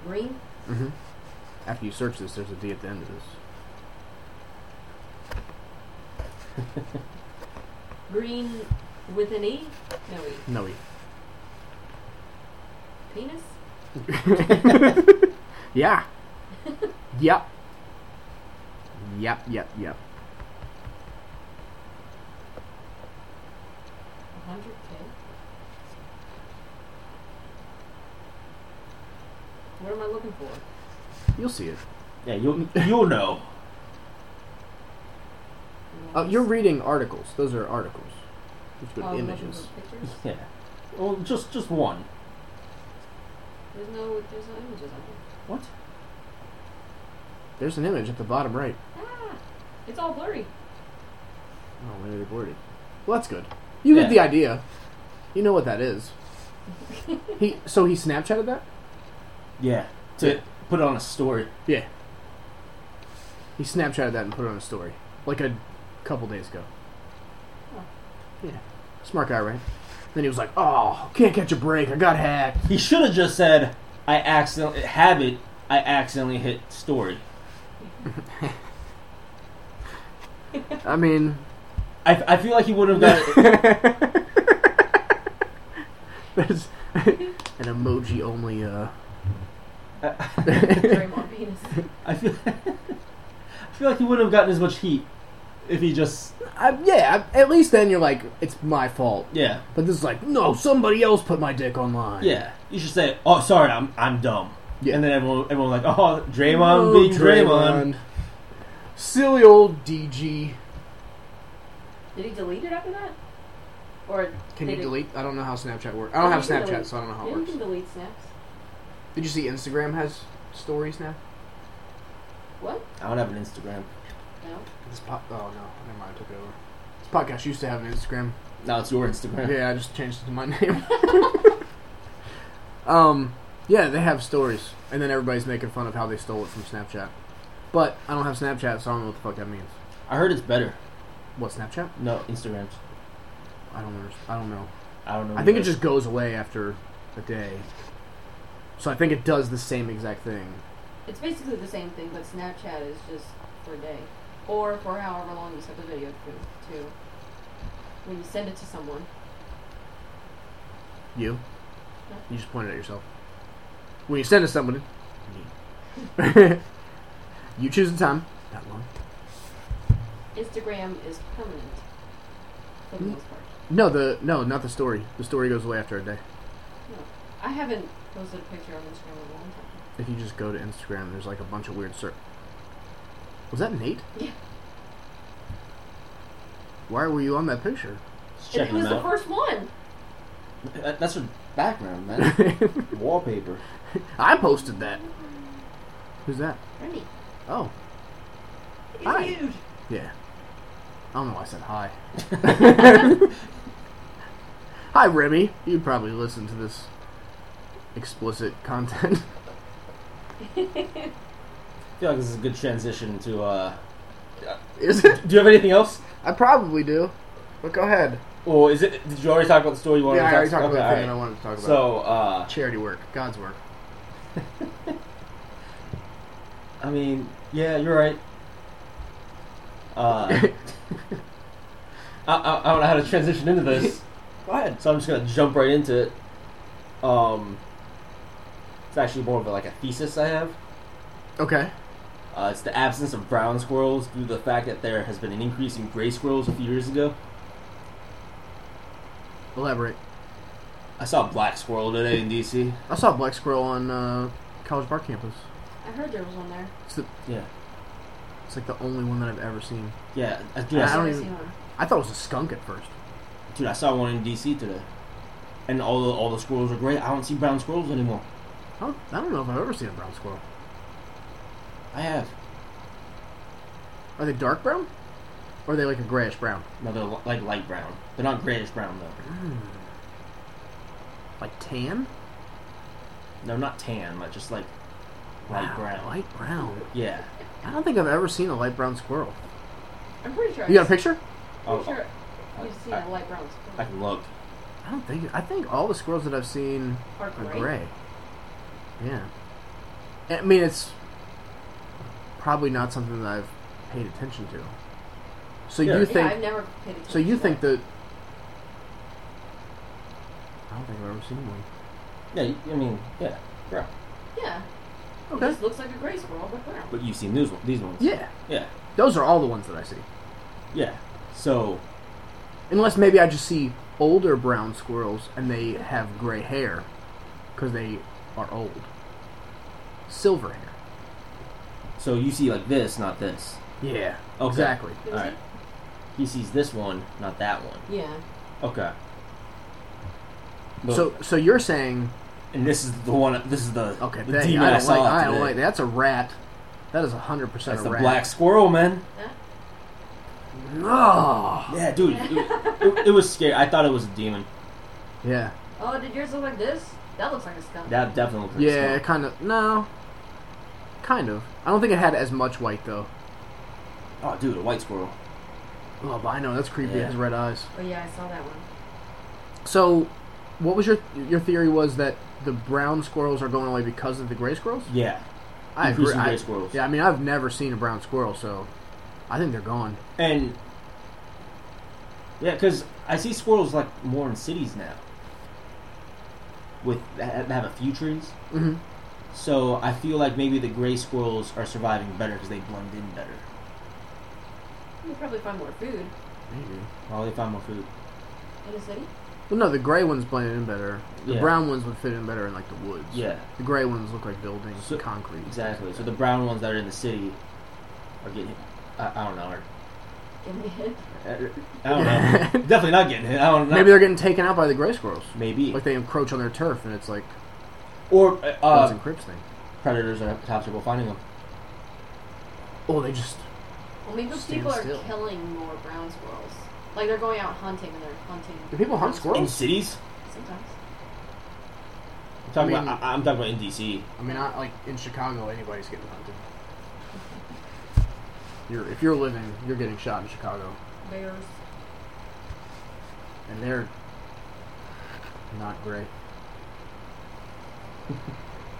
Green?
Mm-hmm. After you search this, there's a D at the end of this.
Green with an E? No E.
No, E.
Penis?
Yeah. yep. Yep, yep, yep.
100K? What am I looking for?
You'll see it.
Yeah, you'll, you'll know.
Am I
Uh, you're
looking-
reading articles. Those are articles. Let's go
oh,
to
I'm looking
images.
for pictures?
Yeah. Well, just just one.
There's no, there's no images on here.
What?
There's an image at the bottom right.
Ah! It's all blurry.
Oh, maybe they blurred it. Well, that's good. You get
Yeah.
the idea. You know what that is. he so he Snapchatted that.
Yeah. To put it on a story.
Yeah. He Snapchatted that and put it on a story like a couple days ago.
Oh.
Yeah, smart guy, right? Then he was like, "Oh, can't catch a break. I got hacked."
He should have just said, "I accidentally have it. I accidentally hit story."
I mean,
I, I feel like he would have got.
There's an emoji only. Uh,
Draymond penis.
I feel. I feel like he wouldn't have gotten as much heat if he just.
I, yeah, I- at least then you're like, it's my fault.
Yeah.
But this is like, no, somebody else put my dick online.
Yeah, you should say, "Oh, sorry, I'm I'm dumb."
Yeah.
and then everyone everyone like, "Oh, Draymond
Oh,
being Draymond."
Draymond. Silly old DG.
Did he delete it after that? Or
Can
did
you
it-
delete? I don't know how Snapchat works. I don't
Oh,
have
you can
Snapchat,
delete-
so I don't know how
yeah,
it
you
works.
can delete snaps.
Did you see Instagram has stories now?
What?
I don't have an Instagram.
No.
This po- oh no, never mind. I took it over. This podcast used to have an Instagram.
Now it's your Instagram.
Yeah, I just changed it to my name. um, yeah, they have stories, and then everybody's making fun of how they stole it from Snapchat. But I don't have Snapchat, so I don't know what the fuck that means.
I heard it's better.
What Snapchat?
No, Instagrams.
I don't. Under- I don't know.
I don't know.
I think it just goes away after a day. So I think it does the same exact thing.
It's basically the same thing, but Snapchat is just for a day. Or for however long you set the video to. to. When you send it to someone.
You?
Yeah.
You just pointed at yourself. When you send it to somebody, you choose the time. That long.
Instagram is permanent for
Hmm.
the most part.
No, the no, not the story. The story goes away after a day.
No. I haven't posted a picture on Instagram in a long time.
If you just go to Instagram, there's like a bunch of weird cir. Was that Nate?
Yeah.
Why were you on that picture?
And
Just
it
checking
was
them
the
out.
first one.
That- That's her background, man. Wallpaper.
I posted that. Who's that?
Remy.
Oh,
He's
Hi.
huge.
yeah. I don't know why I said hi. hi, Remy. You probably listen to this explicit content.
I feel like this is a good transition to. uh...
Is it?
Do you have anything else?
I probably do. But go ahead.
Or is it? Did you already talk about the story you wanted
Yeah, I
to
already
talk
talked about the thing I
Okay,
wanted to talk about.
alright. So,
charity work, God's work.
uh, I mean, yeah, you're right. Uh, I, I, I don't know how to transition into this.
Go ahead.
So I'm just gonna jump right into it. Um, it's actually more of a, like a thesis I have.
Okay.
Uh, it's the absence of brown squirrels due to the fact that there has been an increase in gray squirrels a few years ago.
Elaborate.
I saw a black squirrel today in DC.
I saw a black squirrel on uh, College Park campus.
I heard there was one there.
It's, the,
Yeah,
it's like the only one that I've ever seen.
yeah, uh, dude.
I
I,
I've
saw,
don't
never
even-
seen one.
I thought it was a skunk at first.
dude, I saw one in DC today, and all the all the squirrels are gray. I don't see brown squirrels anymore.
I don't, I don't know if I've ever seen a brown squirrel.
I have.
Are they dark brown? Or are they like a grayish brown?
No, they're li- like light brown. They're not grayish brown though.
Like tan?
They're not tan, like just like light
Wow,
brown.
Light brown.
Yeah.
I don't think I've ever seen a light brown squirrel.
I'm pretty sure.
You got a
I've-
picture?
I'm
Oh,
sure you've seen
I-
a light brown
I
squirrel.
can look.
I don't think. I think all the squirrels that I've seen
Or
are
gray.
gray. Yeah. I mean, it's probably not something that I've paid attention to. So
Yeah.
you
Yeah,
Yeah,
think?
I've never paid attention
so you
to
think
that.
that? I don't think I've ever seen one.
Yeah, you- I mean, yeah, brown.
Yeah. It
Okay.
just looks like a gray squirrel, but brown.
But you've seen these one, these ones.
Yeah,
Yeah.
those are all the ones that I see.
Yeah. So
Unless maybe I just see older brown squirrels and they have gray hair because they are old. Silver hair.
so you see like this, not this.
Yeah.
Okay.
Exactly.
Is
All right.
it?
He sees this one, not that one.
Yeah.
Okay. Look,
So so you're saying
and this is the one. This is the
Okay,
The
dang,
demon
I
I,
don't
saw
like. I don't
today.
like. That's a rat. That is hundred percent
That's
a
the
rat.
black squirrel, man.
That-
Ugh.
Yeah, dude. It, it- it was scary. I thought it was a demon.
Yeah.
Oh, did yours look like this? That looks like a skunk.
That definitely. Looks like a
Yeah.
skunk.
Kind of. No. Kind of. I don't think it had as much white though.
Oh, dude, a white squirrel.
Oh, but I know that's creepy. It
Yeah.
has red eyes.
Oh yeah, I saw that one.
So, what was your your theory was that the brown squirrels are going away because of the gray squirrels?
Yeah.
I agree.
Increasing
I-
gray squirrels.
yeah. I mean, I've never seen a brown squirrel, so I think they're gone.
And yeah, because I see squirrels like more in cities now. With that have a few trees,
hmm
so I feel like maybe the gray squirrels are surviving better because they blend in better.
You'll probably find more food
Maybe.
Probably find more food.
in the city.
Well, no, the gray ones blend in better. The
Yeah.
brown ones would fit in better in like the woods.
Yeah,
The gray ones look like buildings,
So-
concrete.
exactly. So the brown ones that are in the city are getting. I, I don't know. Are,
Give me a hint.
I don't know. Definitely not getting hit. I don't know.
Maybe they're getting taken out by the gray squirrels.
maybe
Like they encroach on their turf, and it's like
or uh,
Bloods
uh,
and Crips thing.
predators are having trouble finding them.
Oh, they just
Well, maybe
Stand
people are
still.
killing more brown squirrels. Like they're going out hunting and they're hunting.
do people hunt
In
squirrels?
cities,
Sometimes.
I'm talking
I mean-
about. I, I'm talking about in DC.
I mean, not like in Chicago, anybody's getting hunted. You're if you're living, you're getting shot in Chicago,
Bears.
and they're not great.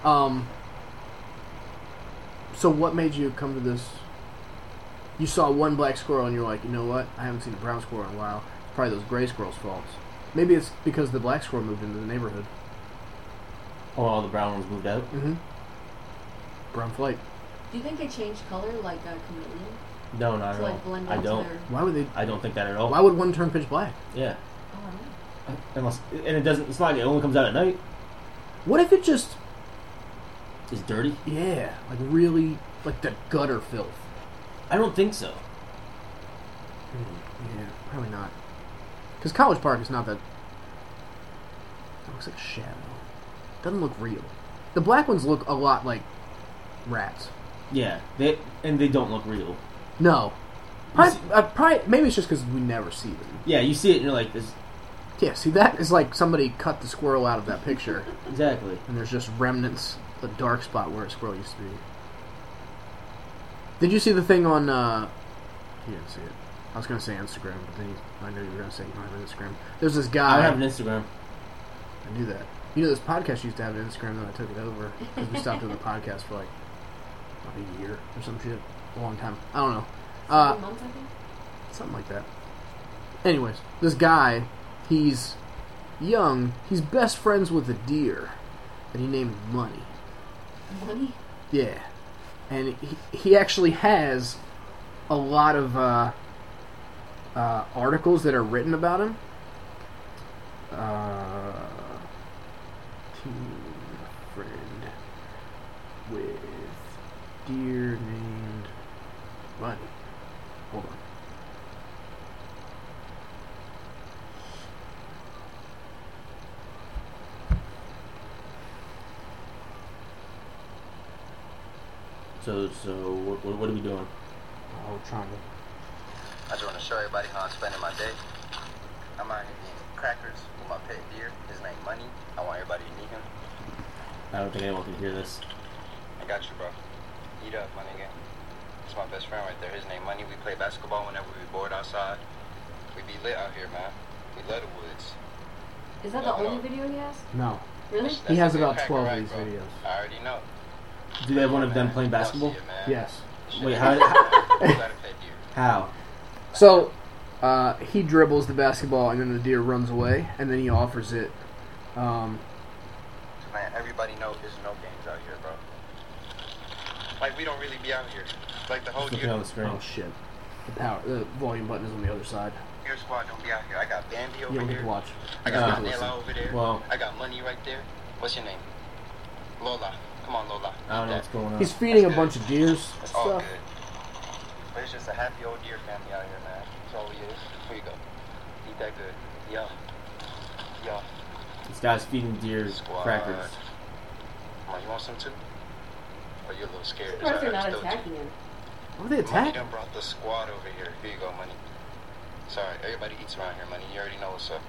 um. So what made you come to this? You saw one black squirrel, and you're like, you know what? I haven't seen a brown squirrel in a while. It's probably those gray squirrels' faults. Maybe it's because the black squirrel moved into the neighborhood.
Oh, all the brown ones moved out.
Mm-hmm. Brown flight.
Do you think they changed color like a chameleon?
No, not
to
at all.
like blend
I
into
don't.
their.
Why would they?
I don't think that at all.
Why would one turn pitch black?
Yeah.
Oh, I don't know.
Unless, and it doesn't. It's not like it only comes out at night.
What if it just
It's dirty.
yeah, like really like the gutter filth?
I don't think so.
Yeah, probably not. Because College Park is not that. It looks like a shadow. Doesn't look real. The black ones look a lot like rats.
Yeah. They and they don't look real.
No.
You
Probably,
see-
uh, probably, maybe it's just because we never see them.
Yeah. You see it and you're like, this,
Yeah, see, that is like somebody cut the squirrel out of that picture,
exactly.
and there's just remnants, the dark spot where a squirrel used to be. Did you see the thing on. Uh, you didn't see it. I was going to say Instagram, but then you, I knew you were going to say you don't have Instagram. There's this guy.
I have an Instagram.
I knew that. You know, this podcast used to have an Instagram, then I took it over because we stopped doing the podcast for like a year or some shit, a long time. I don't know,
Seven
uh,
months, I think.
something like that. Anyways, this guy, he's young. He's best friends with a deer that he named Money.
Money.
Yeah, and he, he actually has a lot of uh, uh, articles that are written about him. Uh, teen friend with deer named Bunny. Hold on.
So so what, what, what are we doing?
Oh, trying to.
I just want to show everybody how I'm spending my day. I'm out here eating crackers with my pet deer. His name Money. I want everybody to meet him.
I don't think anyone can hear this.
I got you, bro. Eat up, my nigga. It's my best friend right there. His name Money. We play basketball whenever we bored outside. We be lit out here, man. We love the woods.
Is that the only video he has?
No.
Really?
That's
has
a good
about
cracker
12 of
rack,
these
bro.
videos.
I already know.
Do they have one of them
Man,
playing
y'all
basketball?
see it, man.
Yes.
Shit.
Wait, how?
You got a pet deer.
How?
So, uh, he dribbles the basketball, and then the deer runs away, and then he offers it. Um,
Man, everybody know there's no games out here, bro. Like we don't really be out here. Like the whole
Looking on
deer,
the screen.
oh shit! The power, the volume button is on the other side.
deer squad don't be out here. I got Bambi
You
over
don't get
here.
to watch.
I got
Uh,
Nella over there.
Well-
I got money right there. What's your name? Lola. Come on, Lola.
I don't know
Yeah.
what's going on.
He's feeding a
good.
bunch of deers.
It's all
Stuff.
good. But it's just a happy old deer family out here, man. That's all we is. Here you go. Eat that good. Yo. Yo.
this guy's feeding deer
Squad.
crackers.
Come on, you want some too? Or you a little
I'm
scared? It's all
surprised they're
right,
not
still do.
attacking him.
What are they
Money
attacking?
done brought the squad over here. Here you go, money. Sorry, everybody eats around here, money. You already know what's up.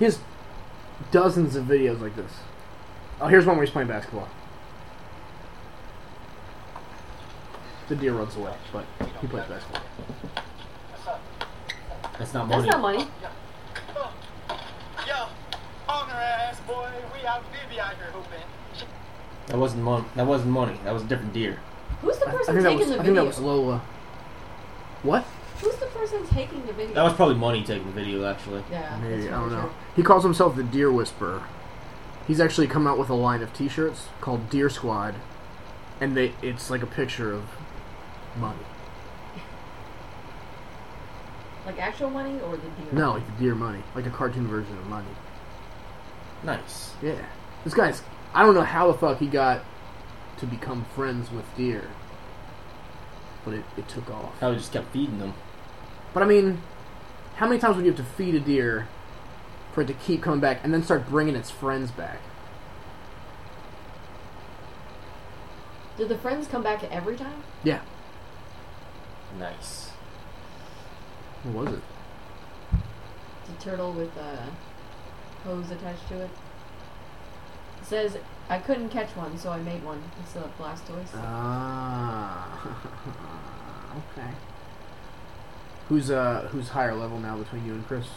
He has dozens of videos like this. Oh, here's one where he's playing basketball. The deer runs away, but he plays basketball.
That's
That's
not money.
not money.
Yo, on her ass, boy. We out Vivi out here hooping.
That wasn't money. That wasn't money. That was a different deer.
Who's the
I, I
person
think that
taking
was.
the
I think
video?
that was Lola. What?
Who's the person taking the video?
That was probably money taking the video actually.
yeah. that's
Maybe I don't
probably
know.
true.
He calls himself the Deer Whisperer. He's actually come out with a line of T-shirts called Deer Squad, and they it's like a picture of money.
Like actual money or the deer?
No, like the deer money, like a cartoon version of money.
Nice.
Yeah, this guy's. I don't know how the fuck he got to become friends with deer, but it, it took off.
Probably just kept feeding them.
But I mean, how many times would you have to feed a deer for it to keep coming back and then start bringing its friends back?
Did the friends come back every time?
Yeah.
Nice.
What was it?
The turtle with a hose attached to it. It says, I couldn't catch one, so I made one. It's a Blastoise.
Uh. Ah, okay. Who's uh who's higher level now between you and Chris?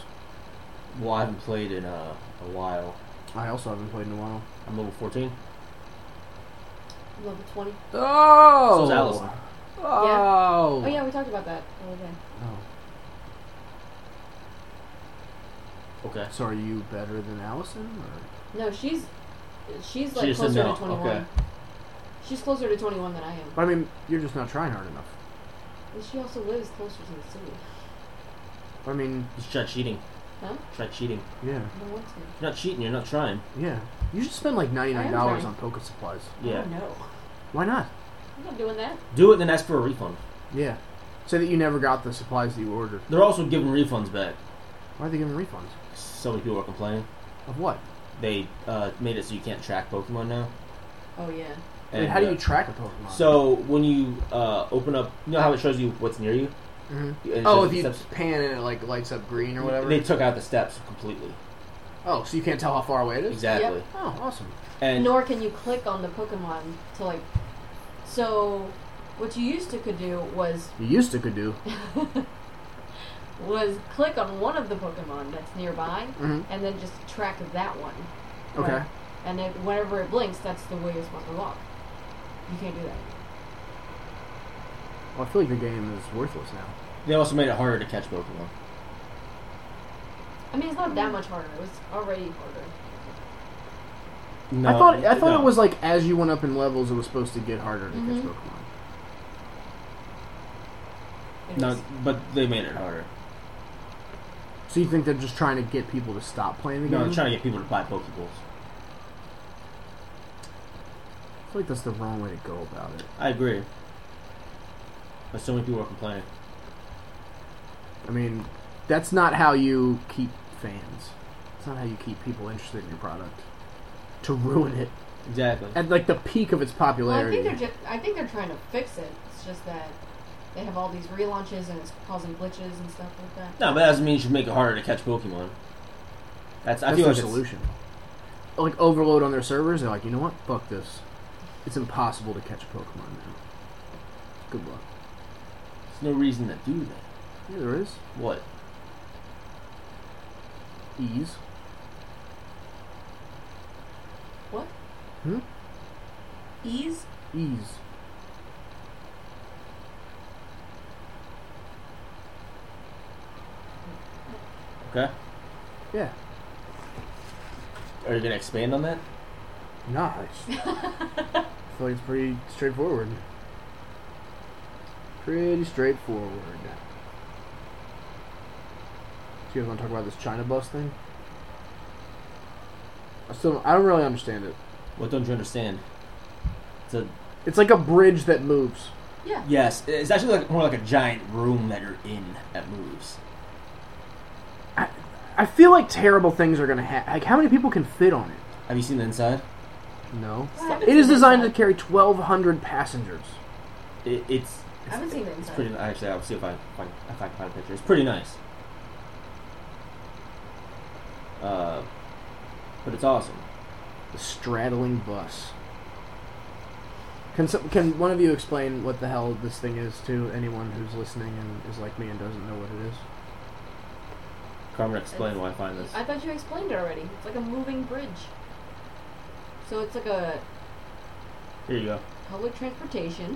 Well, I haven't played in uh, a while.
I also haven't played in a while.
I'm level 14.
Level 20.
Oh,
So's Allison.
Oh,
Oh, yeah, we talked about that the other day.
Oh.
Okay.
So are you better than Allison? Or?
No, she's she's
she
like
just said
closer
no.
to 21.
Okay.
She's closer to 21 than I am.
But I mean, you're just not trying hard enough.
And she also lives closer to the city.
I mean,
Just try cheating.
Huh?
Try cheating.
yeah,
I don't want to.
You're not cheating. You're not trying.
yeah. You should spend like ninety nine
I am
dollars
sorry.
on poker supplies.
Yeah.
Oh, no.
Why not?
I'm not doing that.
Do it, then ask for a refund.
Yeah. Say that you never got the supplies that you ordered.
They're also giving refunds back.
Why are they giving refunds?
So many people are complaining.
Of what?
They uh, made it so you can't track Pokemon now.
Oh, yeah.
I mean, how do you track a Pokemon?
uh, So when you uh, open up, you know how it shows you what's near you.
Mhm.
It
oh,
shows
if you
the steps.
pan and it like lights up green or whatever.
They took out the steps completely.
oh, so you can't tell how far away it is.
Exactly.
Yep.
Oh, awesome.
And
Nor can you click on the Pokemon to, like. So, what you used to could do was
You used to could do.
was click on one of the Pokemon that's nearby,
Mhm.
Mm-hmm.
and then just track that one.
Okay.
Right? And then whenever it blinks, that's the way you're supposed to walk. You can't do that.
Well, I feel like the game is worthless now.
they also made it harder to catch Pokemon.
I mean, it's not that much harder. It was already harder.
No,
I thought I thought
no.
it was like as you went up in levels, it was supposed to get harder to catch
Mhm.
Pokemon.
It
no,
was-
but they made it harder.
So you think they're just trying to get people to stop playing the
No,
game?
they're trying to get people to buy Pokeballs.
I feel like that's the wrong way to go about it.
I agree. But so many people are complaining.
I mean, that's not how you keep fans. That's not how you keep people interested in your product. To ruin it
Exactly.
at like the peak of its
Well, I
popularity.
think they're just, I think they're trying to fix it. It's just that they have all these relaunches and it's causing glitches and stuff like that.
No, but that doesn't mean you should make it harder to catch Pokemon. That's, I
That's
feel
their
like it's-
solution. Like overload on their servers, they're like, you know what? Fuck this. It's impossible to catch a Pokemon now. Good luck.
there's no reason to do that.
Yeah, there is
What?
ease.
What?
Hmm?
Ease?
Ease.
Okay.
Yeah.
Are you gonna expand on that?
Nah. I just- I feel like it's pretty straightforward. Pretty straightforward. So you guys want to talk about this China bus thing? I still don't, I don't really understand it.
What don't you understand? It's a
It's like a bridge that moves.
Yeah.
yes. It's actually like more like a giant room that you're in that moves.
I feel like terrible things are gonna happen. Like, how many people can fit on it?
Have you seen the inside?
No.
I haven't
It is
seen
designed to
inside.
carry 1,200 passengers.
It, it's
I haven't seen the
it's
inside.
pretty. Actually, I'll see if I if I, if I can find a picture. It's pretty nice. Uh, but it's awesome.
The straddling bus. Can some, can one of you explain what the hell this thing is to anyone who's listening and is like me and doesn't know what it is?
Carmen, explain
It's-
why I find this.
I thought you explained it already. It's like a moving bridge. So it's like a
Here you go.
public transportation,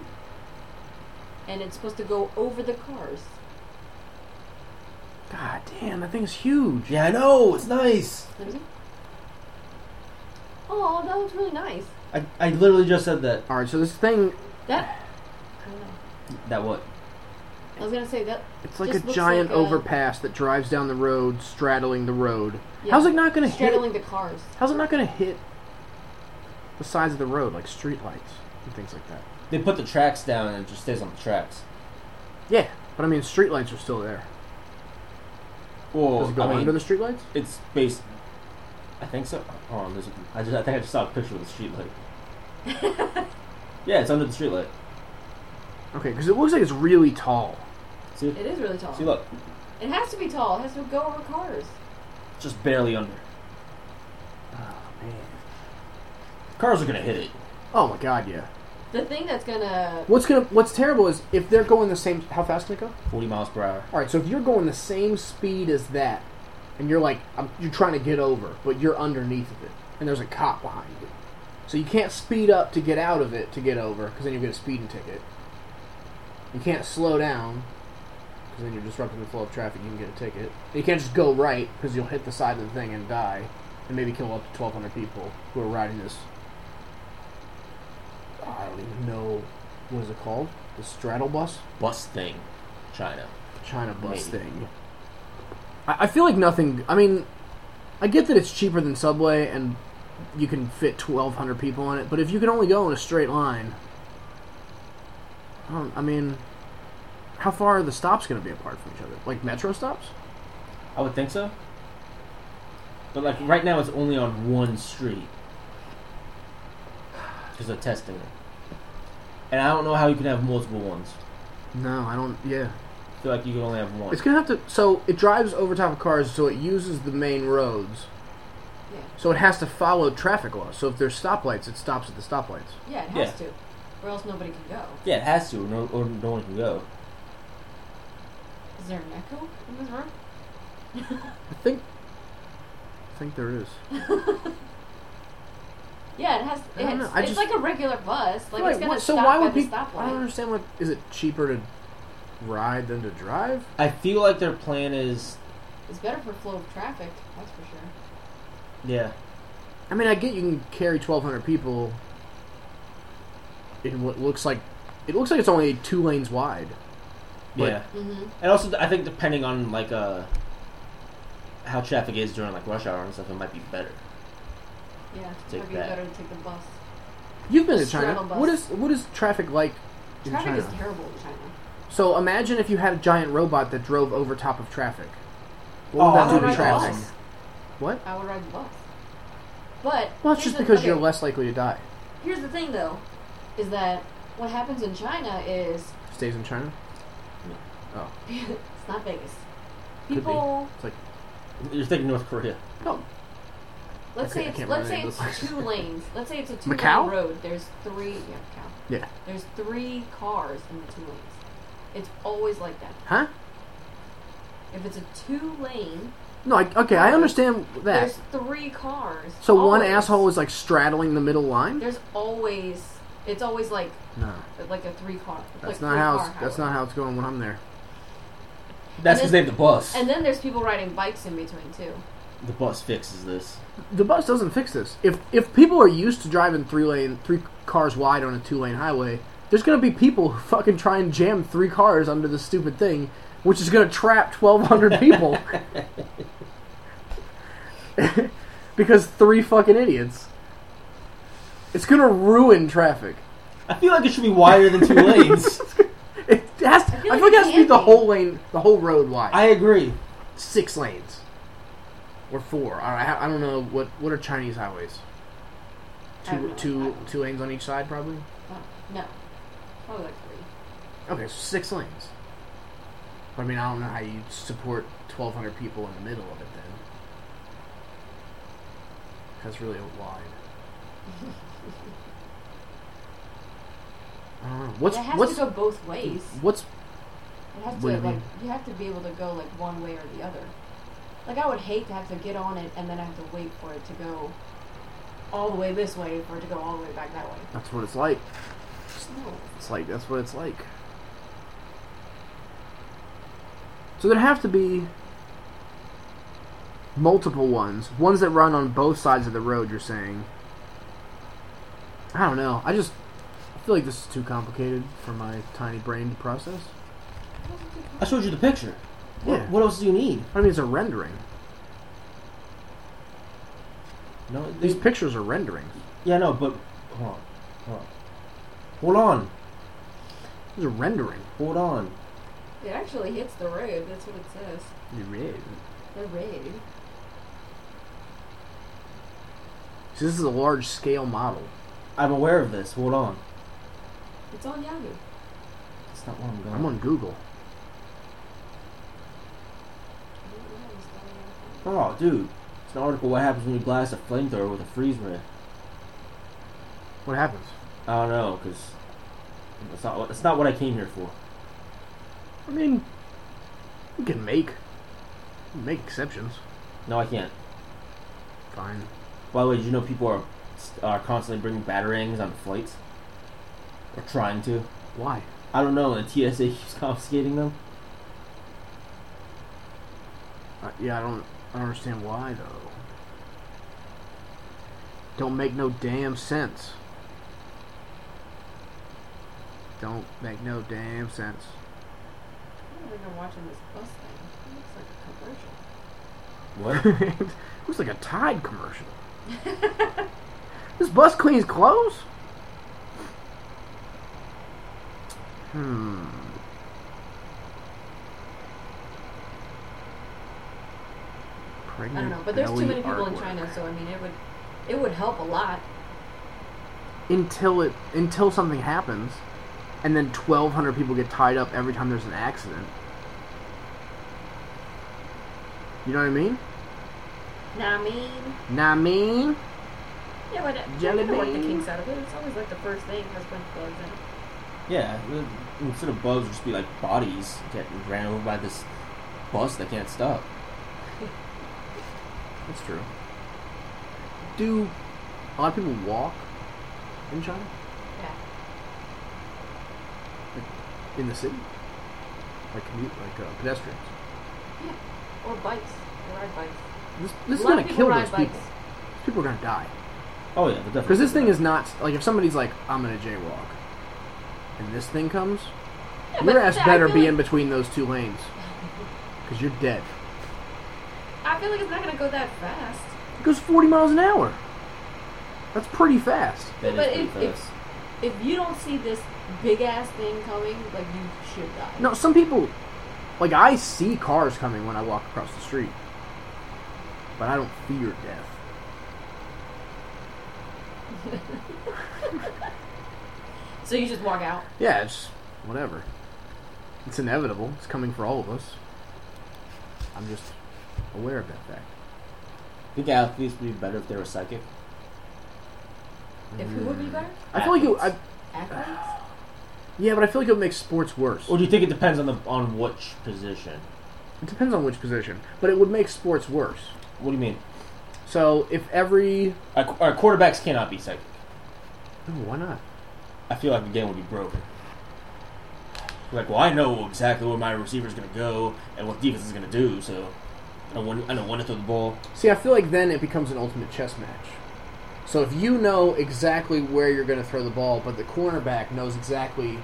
and it's supposed to go over the cars.
God damn, that thing's huge.
Yeah, I know. It's nice.
Let me see. Oh, that looks really nice.
I, I literally just said that.
All right, so this thing,
That. I don't know.
That what?
I was gonna say that.
it's like
Just
a
looks
giant
like a-
overpass that drives down the road, straddling the road.
Yeah.
How's it not going to hit?
Straddling the cars.
How's it not going to hit the sides of the road, like streetlights and things like that?
They put the tracks down and it just stays on the tracks.
Yeah, but I mean, streetlights are still there.
Well,
Does it go
I mean,
under the streetlights?
It's based. I think so. Hold on, there's. A, I just. I think I just saw a picture of the streetlight. yeah, it's under the streetlight.
Okay, because it looks like it's really tall.
See,
It is really tall.
see, look,
It has to be tall. It has to go over cars.
just barely under.
Oh man.
Cars are gonna hit it.
Oh my god, yeah.
The thing that's gonna
What's gonna What's terrible is if they're going the same. How fast can it go?
Forty miles per hour.
All right, so if you're going the same speed as that, and you're like I'm, you're trying to get over, but you're underneath of it, and there's a cop behind you, so you can't speed up to get out of it to get over, because then you get a speeding ticket. You can't slow down, because then you're disrupting the flow of traffic. You can get a ticket. And you can't just go right, because you'll hit the side of the thing and die, and maybe kill up to 1,200 people who are riding this. I don't even know what is it called. The straddle bus?
Bus thing, China.
China bus
Maybe.
thing. I, I feel like nothing. I mean, I get that it's cheaper than subway and you can fit 1,200 people on it, but if you can only go in a straight line, I, don't, I mean, how far are the stops going to be apart from each other? Like metro stops?
I would think so. But like right now, it's only on one street because they're testing it, and I don't know how you can have multiple ones.
No, I don't. Yeah.
I feel like you can only have one.
It's going to have to. So it drives over top of cars, so it uses the main roads.
Yeah.
So it has to follow traffic laws. So if there's stoplights, it stops at the stoplights.
Yeah, it has
Yeah.
to. Or else nobody can go.
yeah, it has to, or no, or no one can go.
Is there an echo in this room?
I think. I think there is.
Yeah, it has.
I don't
It's,
know, I
it's
just-
like a regular bus. Like, it's
Right,
gonna
what- so
stop
why
at
would
the
people? I don't
stoplight.
understand. What is it cheaper to ride than to drive?
I feel like their plan is
It's better for flow of traffic. That's for sure.
yeah.
I mean, I get you can carry twelve hundred people in what looks like it looks like it's only two lanes wide. But-
yeah.
Mm-hmm.
And also, I think depending on like uh, how traffic is during like rush hour and stuff, it might be better.
Yeah.
Take
Might be
that.
better to take the bus.
You've been to
Straddle
China.
bus.
What is what is traffic like in
Traffic
China?
is terrible in China.
so imagine if you had a giant robot that drove over top of traffic. What
Oh,
would
I
that
would
do to
ride
traffic?
the bus.
What?
I would ride the bus. But
Well, it's
here's
just
the-
because you're
okay,
less likely to die.
Here's the thing, though, is that what happens in China is
Stays in China.
No.
Oh,
it's not Vegas.
Could be.
People,
it's like oh.
You're thinking North Korea.
no.
let's
I
say
can't- I
it's
can't
let's say
remember
it's
the place.
two lanes. Let's say it's a two
Macau?
lane road. There's three. Yeah, Macau.
Yeah.
There's three cars in the two lanes. It's always like that.
Huh?
If it's a two lane,
No. I, okay, I understand that.
there's three cars.
So one
always.
asshole is like straddling the middle line.
There's always. It's always like
No,
like a three car. like
that's not
three
how.
car
It's, that's
highway.
not how it's going when I'm there.
And
That's because they
then-
have the bus.
And then there's people riding bikes in between too.
the bus fixes this.
The bus doesn't fix this. If if people are used to driving three lane, three cars wide on a two lane highway, there's gonna be people who fucking try and jam three cars under this stupid thing, which is gonna trap twelve hundred people. because three fucking idiots. It's gonna ruin traffic.
I feel like it should be wider than two lanes.
It has. I
feel like it
feel like, it has to be
can
the
be.
whole lane, the whole road wide.
I agree.
six lanes or four. I, I- I don't know what what are Chinese highways.
I don't
Two
know.
two two lanes on each side probably.
Oh, no, probably like three.
Okay, so six lanes. But I mean, I don't know how you support twelve hundred people in the middle of it then. That's really wide. I don't know. What's
it has
what's
to go both ways.
what's
It has to
What do
like
you mean?
you have to be able to go like one way or the other. Like I would hate to have to get on it and then I have to wait for it to go all the way this way for it to go all the way back that way.
that's what it's like.
No.
It's like that's what it's like. So there have to be multiple ones, ones that run on both sides of the road. You're saying? I don't know. I just feel like this is too complicated for my tiny brain to process.
I showed you the picture. What,
Yeah.
what else do you need?
I mean, it's a rendering.
No, they-
These pictures are renderings.
yeah, no, but hold on, hold on, hold on,
These are rendering.
hold on.
It actually hits the road. That's what it says. The road.
So this is a large scale model.
I'm aware of this. Hold on.
It's on Yahoo.
That's not where I'm going.
I'm on Google.
Oh, dude, it's an article. What happens when you blast a flamethrower with a freeze ray?
What happens?
I don't know, cause that's not what- that's not what I came here for.
I mean, we can make we can make exceptions.
No, I can't.
Fine.
By the way, did you know people are are constantly bringing batarangs on flights? Or trying to?
Why?
I don't know. The TSA keeps confiscating them.
Uh, yeah, I don't. I don't understand why though. Don't make no damn sense. don't make no damn sense.
I don't think I'm watching this bus thing. It looks like a commercial.
What?
looks like a Tide commercial. This bus cleans clothes? Hmm.
I
Pregnant
don't know, but there's
belly
too many people in
artwork.
China, so I mean, it would it would help a lot.
Until it until something happens, and then 1,200 people get tied up every time there's an accident. You know what I mean?
Nah, I mean,
Nah, I mean.
yeah, but
Jelly
I don't like the
bean.
kinks out of it. It's always like the first thing that's when it goes in.
yeah. the- Instead of bugs, it'd just be like bodies getting ran over by this bus that can't stop.
That's true. Do a lot of people walk in China?
Yeah,
In the city? Like commute, like uh, pedestrians.
yeah, or bikes, they ride bikes.
This, this
a
is
lot
gonna
of people
kill
ride
those
bikes.
people. These people are gonna die.
Oh yeah, definitely.
Because this thing is not like if somebody's like, I'm gonna jaywalk, and this thing comes,
Yeah,
your
but
ass
I
better
feel
be
like-
in between those two lanes. Because you're dead.
I feel like it's not gonna go that fast.
It goes 40 miles an hour. That's pretty fast.
That
but
is
if-
pretty
if-
fast.
If you don't see this big ass thing coming, like you should die.
No, some people, like I see cars coming when I walk across the street, but I don't fear death.
So you just walk out.
Yeah, it's whatever. It's inevitable. It's coming for all of us. I'm just aware of that fact.
I think athletes would be better if they were psychic.
If who would be better?
I feel like you. I,
Athletes.
Athletes?
yeah, but I feel like it makes sports worse.
Or do you think it depends on the on which position?
It depends on which position, but it would make sports worse.
What do you mean?
So if every
Our, qu- our quarterbacks cannot be psychic.
no, why not?
I feel like the game would be broken. Like, well, I know exactly where my receiver's going to go and what defense is going to do, so I know when I know when to throw the ball.
See, I feel like then it becomes an ultimate chess match. So if you know exactly where you're going to throw the ball, but the cornerback knows exactly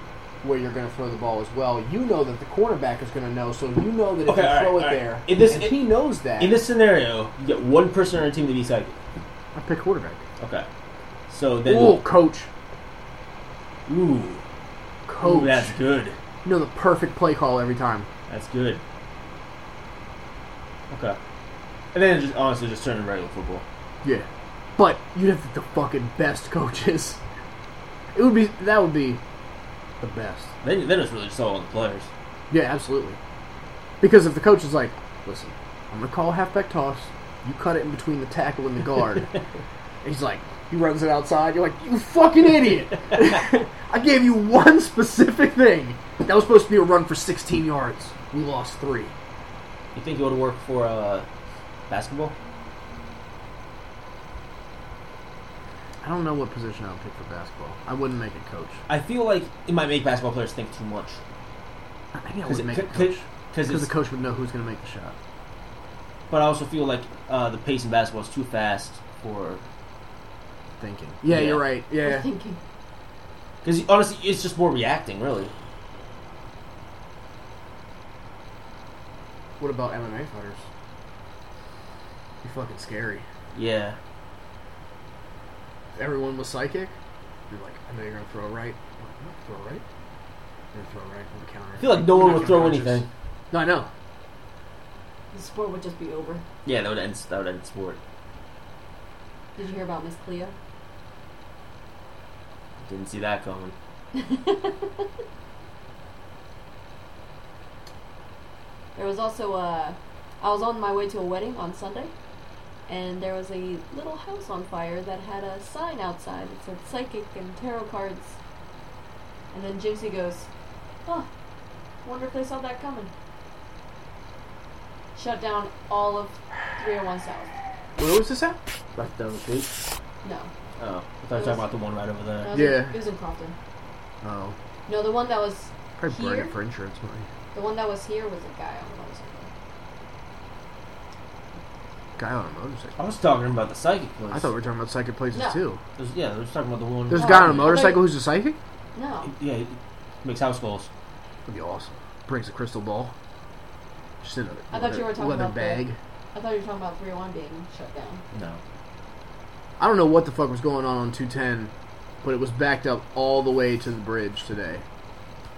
where you're going to throw the ball as well, you know that the cornerback is going to know. So you know that if
Okay,
you
all
throw
right,
it
all right.
there,
In this-
and
in-
he knows that.
In this scenario, you get one person on your team to be psychic.
I pick quarterback.
Okay. So then,
Ooh, coach,
ooh, ooh,
coach,
that's good.
you know the perfect play call every time.
That's good. Okay. And then it just honestly just turn to regular football.
Yeah, but you'd have the fucking best coaches. It would be that would be the best.
Then then it's really just all on the players.
Yeah, absolutely. Because if the coach is like, listen, I'm going to call a halfback toss. You cut it in between the tackle and the guard. and he's like, he runs it outside. You're like, you fucking idiot. I gave you one specific thing. That was supposed to be a run for 16 yards. We lost three.
You think it would work for uh, basketball?
I don't know what position I would pick for basketball. I wouldn't make it coach.
I feel like it might make basketball players think too much.
I think I
Because
would
it
make
c-
it coach.
c- 'cause
Because
it's-
the coach would know who's going to make the shot.
But I also feel like uh, the pace in basketball is too fast for
Thinking. Yeah,
Yeah.
you're right.
I'm
Yeah.
thinking.
because honestly, it's just more reacting, really.
What about MMA fighters? Be fucking scary.
Yeah,
If everyone was psychic, you're like, I know you're gonna throw a right. I'm like, "No, throw a right. You're gonna throw a right on the counter.
I feel like no
I'm
one
not
would throw
conscious."
anything.
No, I know.
The sport would just be over.
Yeah, that would end. That would end sport.
Did you hear about Miss Cleo?
Didn't see that coming.
There was also a. I was on my way to a wedding on Sunday, and there was a little house on fire that had a sign outside that said psychic and tarot cards. And then Gypsy goes, "Huh, wonder if they saw that coming." Shut down all of 301 South.
Where was this at?
Left down the street.
No,
Oh, I thought you were talking about the one right over
no, it
there.
was in-
Yeah.
it was in Crofton.
Oh,
No, the one that was
probably burn
Here?
it for insurance money.
the one that was here was a guy on a motorcycle.
Guy on a motorcycle.
I was talking about the psychic place.
I thought we were talking about psychic places
No.
too.
There's- yeah, I was talking about the one.
There's a
No,
guy on
I
a
mean-
motorcycle who's a psychic.
No,
yeah, Makes house goals.
That'd be awesome. Brings a crystal ball. Just in a
I thought
leather,
you were talking
leather
about the-
bag.
I thought you were talking about 301 being shut down.
No.
I don't know what the fuck was going on on 210, but it was backed up all the way to the bridge today.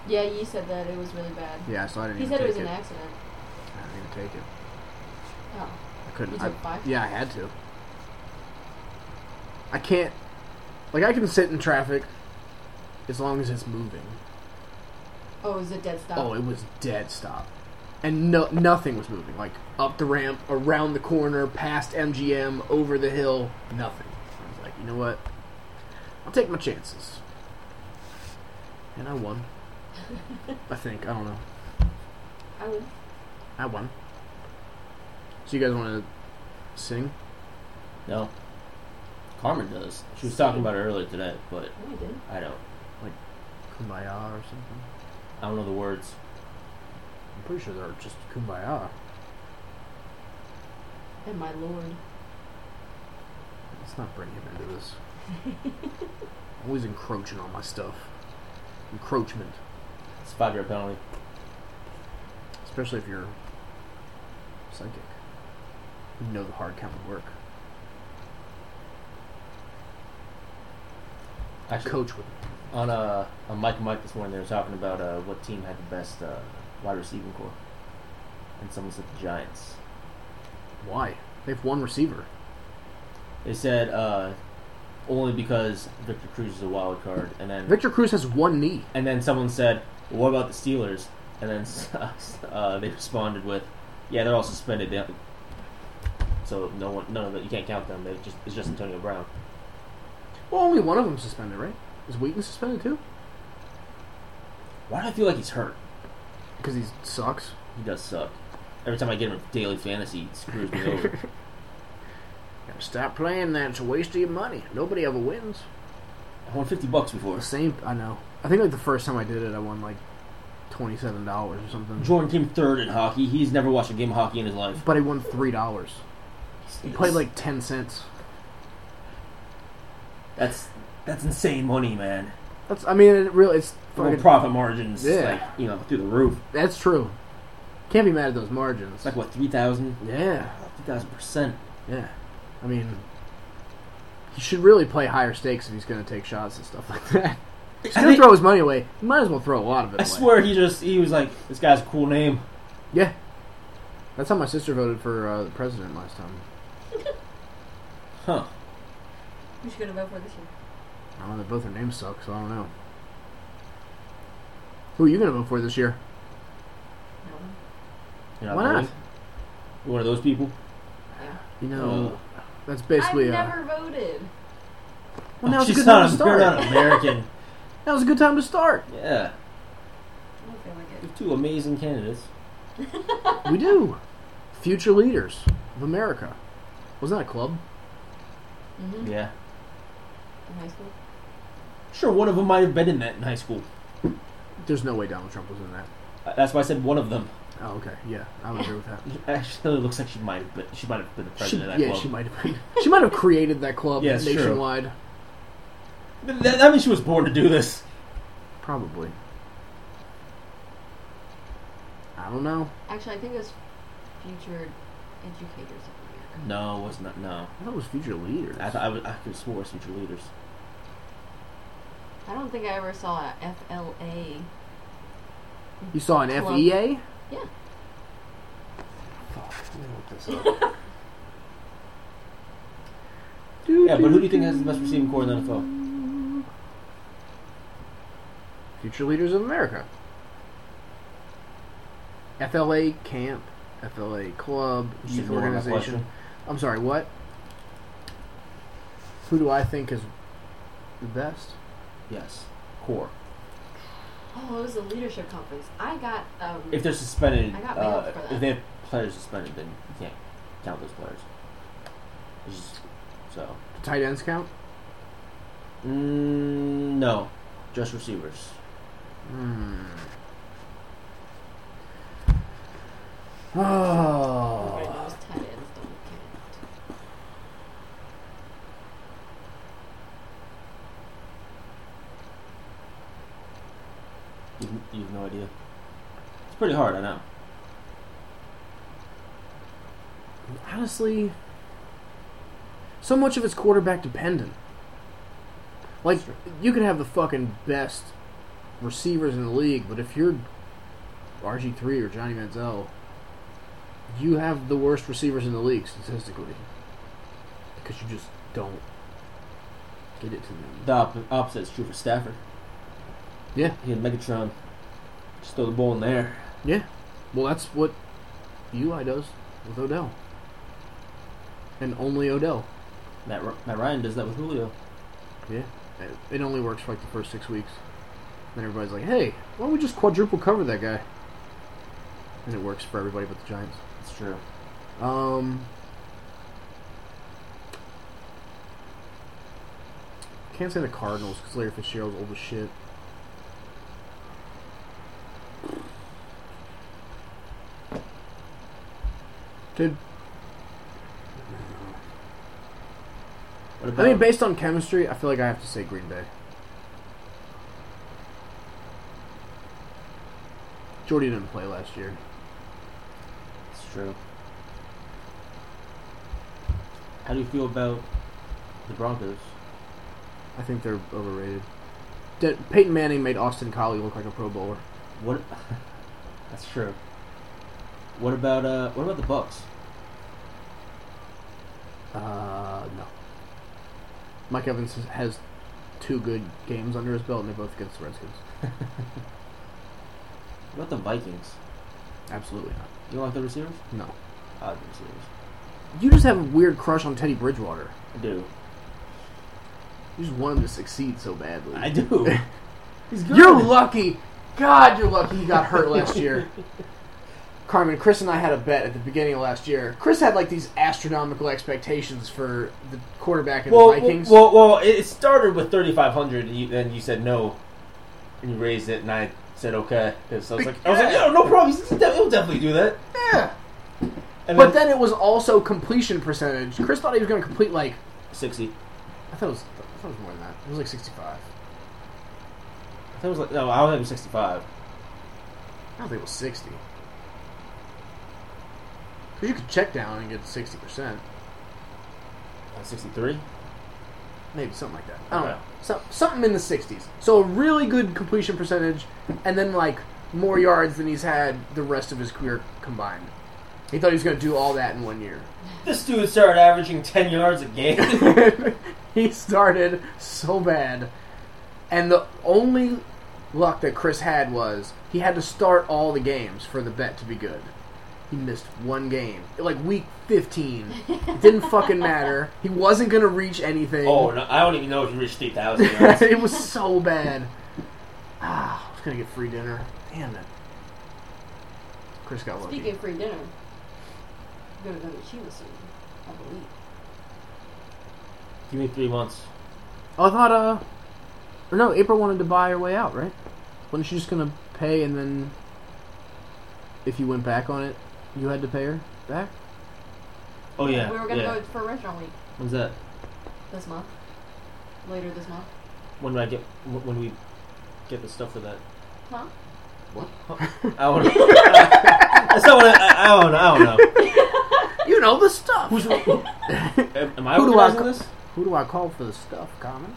Yeah, you said that it was really bad.
Yeah, so I didn't
He
even
said it
take
was
it.
an accident.
I didn't even take it.
Oh.
I couldn't.
You
I,
took five?
yeah, I had to. I can't. Like, I can sit in traffic as long as it's moving.
Oh, it was a dead stop.
Oh, it was dead stop. And no, nothing was moving. Like up the ramp, around the corner, past MGM, over the hill, nothing. I was like, you know what? I'll take my chances. And I won. I think. I don't know.
I would.
I won. So you guys want to sing?
No. Carmen does. She was talking about it earlier today, but
No, I didn't.
I don't.
Kumbaya or something?
I don't know the words.
I'm pretty sure they're just Kumbaya.
And Oh my lord.
Let's not bring him into this. Always encroaching on my stuff. Encroachment.
It's a five-year penalty.
especially if you're psychic. You know the hard count would work.
Actually,
Coach would.
on uh, on Mike and Mike this morning, they were talking about uh, what team had the best uh, wide receiving core, and someone said the Giants.
Why? They have one receiver.
They said uh, only because Victor Cruz is a wild card, and then
Victor Cruz has one knee.
and then someone said, well, "What about the Steelers?" And then uh, they responded with, "Yeah, they're all suspended. They don't- so no one, none of it. You can't count them. They just it's just Antonio Brown.
Well, only one of them suspended, right? Is Wheaton suspended too?
Why do I feel like he's hurt?
Because he sucks.
He does suck. Every time I get him in daily fantasy, he screws me over.
Gotta stop playing that. It's a waste of your money. Nobody ever wins.
I won fifty bucks before.
The same. I know. I think like the first time I did it, I won like twenty-seven dollars or something.
Jordan came third in hockey. He's never watched a game of hockey in his life.
But I won three dollars.
He
Played like ten cents.
that's that's insane money, man.
That's. I mean, it really. It's
Well,
fucking.
profit margins,
Yeah.
like you know, through the roof.
that's true. Can't be mad at those margins.
It's like what 3,000?
yeah.
3,000 percent.
Yeah, I mean, he should really play higher stakes if he's going to take shots and stuff like that. He's going to
think-
throw his money away. He might as well throw a lot of it.
I
away.
swear, he just he was like, this guy's a cool name.
Yeah, that's how my sister voted for uh, the president last time.
Huh?
Who's you gonna vote for this year?
I don't know. Both their names suck, so I don't know. Who are you going to vote for this year?
No one.
You're not
Why not?
voting? You're one of those people.
Yeah.
You know, that's
Uh, I've
basically. Uh,
never voted.
well, now's a
She's
good time
not,
to
a- you're not
start.
American.
Now's a good time to start.
yeah,
I don't feel like
you
it.
have two amazing candidates.
We do. Future leaders of America. Wasn't that a club?
Mm-hmm.
Yeah.
In high school.
Sure, one of them might have been in that in high school.
There's no way Donald Trump was in that.
Uh, That's why I said one of them.
Oh, okay. Yeah, I would agree with that.
Actually, it looks like she might have been. She might have been the
She,
president of that
yeah,
club.
she might have been. She might have created that club
Yeah, it's true.
nationwide.
Th- That, that means she was born to do this.
Probably. I don't know.
Actually, I think it was future educators of America.
No, was not. No,
I thought it was future leaders.
I thought I, was, I could have swore it was future leaders.
I don't think I ever saw a FLA.
you saw an E
Club.
FEA.
Yeah.
Fuck, let me look this up. Do,
Yeah, but who do you think has the best receiving core in the NFL?
Future leaders of America. FLA camp, FLA club,
Just
youth
ignore my
organization.
question.
I'm sorry, what? Who do I think is the best?
Yes, core.
Oh, it was a leadership conference. I got um.
If they're suspended,
I got mailed
uh,
for that.
if they have players suspended, then you can't count those players. It's just- so,
Tight ends count?
mm, no, just receivers.
Hmm. Oh.
Everybody
Oh.
knows tight ends don't count.
you have no idea. It's pretty hard, I know.
honestly, so much of it's quarterback dependent. Like, you could have the fucking best receivers in the league, but if you're RG3 or Johnny Manziel, you have the worst receivers in the league statistically. Because you just don't get it to them.
The op- opposite is true for Stafford.
Yeah,
He had Megatron. Just throw the ball in there.
yeah. Well, that's what Eli does with Odell. And only Odell.
Matt, R- Matt Ryan does that with Julio.
Yeah. It- It only works for like the first six weeks. Then everybody's like, hey, why don't we just quadruple cover that guy? And it works for everybody but the Giants.
It's true.
Um. Can't say the Cardinals because Larry Fitzgerald's old as shit. Dude,
What
I
about
mean, based on chemistry, I feel like I have to say Green Bay. Jordy didn't play last year.
It's true. How do you feel about the Broncos?
I think they're overrated. De- Peyton Manning made Austin Collie look like a Pro Bowler.
What? That's true. What about uh? What about the Bucks?
Uh, no. Mike Evans has- has two good games under his belt, and they're both against the Redskins.
What about the Vikings?
Absolutely not.
You don't like the receivers?
No.
I like the receivers.
You just have a weird crush on Teddy Bridgewater.
I do.
You just want him to succeed so badly.
I do. He's good.
You're lucky. God, you're lucky you got hurt last year. Carmen, Chris and I had a bet at the beginning of last year. Chris had like these astronomical expectations for the quarterback of
Well,
the Vikings.
well, well, well, it it started with 3,500, and you, then you said no, and you raised it, and I said okay because I was like, I was like,
Yeah.
no, no problem, he's- he'll de- he'll definitely do that.
yeah.
And
But then it was also completion percentage. Chris thought he was going to complete like
60.
I thought it was I thought it was more than that. It was like 65.
I think it was like, no, I was having 65.
I don't think it was 60. Cuz you could check down and get 60%,
Uh, 63.
maybe something like that. I don't
Okay.
know. So, something in the 60s. So a really good completion percentage and then like more yards than he's had the rest of his career combined. He thought he was going to do all that in one year.
This dude started averaging 10 yards a game.
he started so bad. And the only luck that Chris had was he had to start all the games for the bet to be good. He missed one game. Like week 15. It didn't fucking matter. He wasn't going to reach anything.
oh, no, I don't even know if you reached 3,000 yards.
it was so bad. Ah, I was going to get free dinner. Damn it. Chris got lucky.
Speaking of free dinner, I'm gonna go to Chiba soon, I believe.
Give me three months.
Oh, I thought, uh. Or no, April wanted to buy her way out, right? Wasn't she just gonna pay and then. If you went back on it, you had to pay her back?
Oh, yeah.
we were gonna
yeah.
go for restaurant week
When's that?
this month, later this month.
When do I get, wh- when we get the stuff for that?
Huh?
I don't know. That's not what I, I, I don't know. I don't know.
You know the stuff!
Who's, am, am I
Who do I
organizing
ca-
this?
Who do I call for the stuff, Common?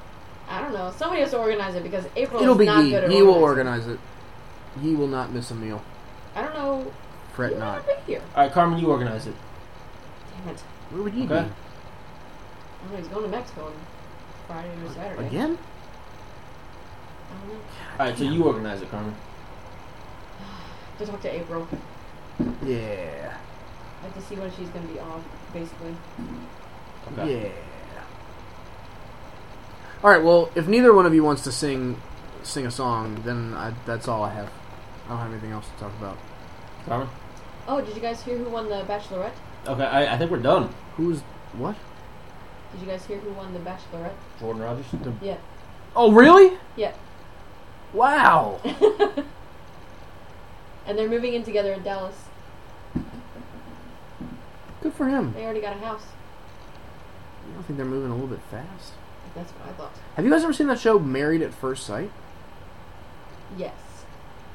I don't know. Somebody has to organize it because April
It'll
is
be
not
Yee.
good at
Yee will
organizing.
organize it. Yee will not miss a meal.
I don't know.
Fret
you
not.
might not be here.
All right, Carmen, you organize it.
Damn it.
Where would Yee
Okay.
I mean, he's going to Mexico on Friday or
be?
Saturday.
Again?
I don't know.
All right, so you organize it, Carmen.
To talk to April.
Yeah.
I have to see when she's going to be off, basically.
Okay.
Yeah. Alright, well, if neither one of you wants to sing sing a song, then I, that's all I have. I don't have anything else to talk about.
Carmen.
Oh, did you guys hear who won the Bachelorette?
Okay, I, I think we're done.
Who's what?
Did you guys hear who won the Bachelorette?
Jordan Rogers.
Yeah.
Oh, really?
Yeah.
Wow.
And they're moving in together in Dallas.
Good for him.
They already got a house.
I think they're moving a little bit fast.
That's what I thought.
Have you guys ever seen that show Married at First Sight?
Yes.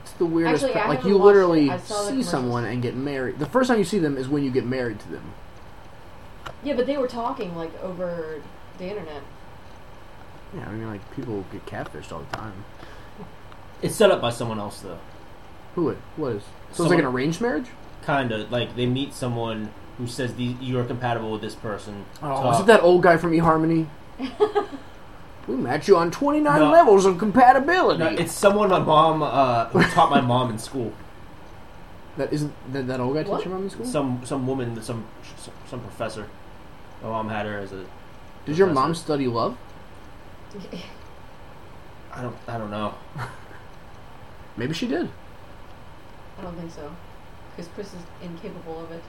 That's the weirdest.
Actually,
pra-
I
like
haven't
you
watched
literally
it. I saw the
see
commercials.
someone and get married. The first time you see them is when you get married to them.
Yeah, but they were talking like over the internet.
Yeah, I mean, like people get catfished all the time.
It's set up by someone else though.
Who would? What is? So it's
Someone-
like an arranged marriage.
Kinda like they meet someone who says the, you are compatible with this person.
Oh,
Talk.
is it that old guy from eHarmony? we match you on twenty nine
No.
levels of compatibility.
No, it's someone my mom uh, who taught my mom in school.
that isn't that, that old guy
What?
teach your mom in school?
Some some woman, some some professor. My mom had her as a.
Does your
professor.
mom study love?
I don't. I don't know.
Maybe she did.
I don't think so, because Chris is incapable of it.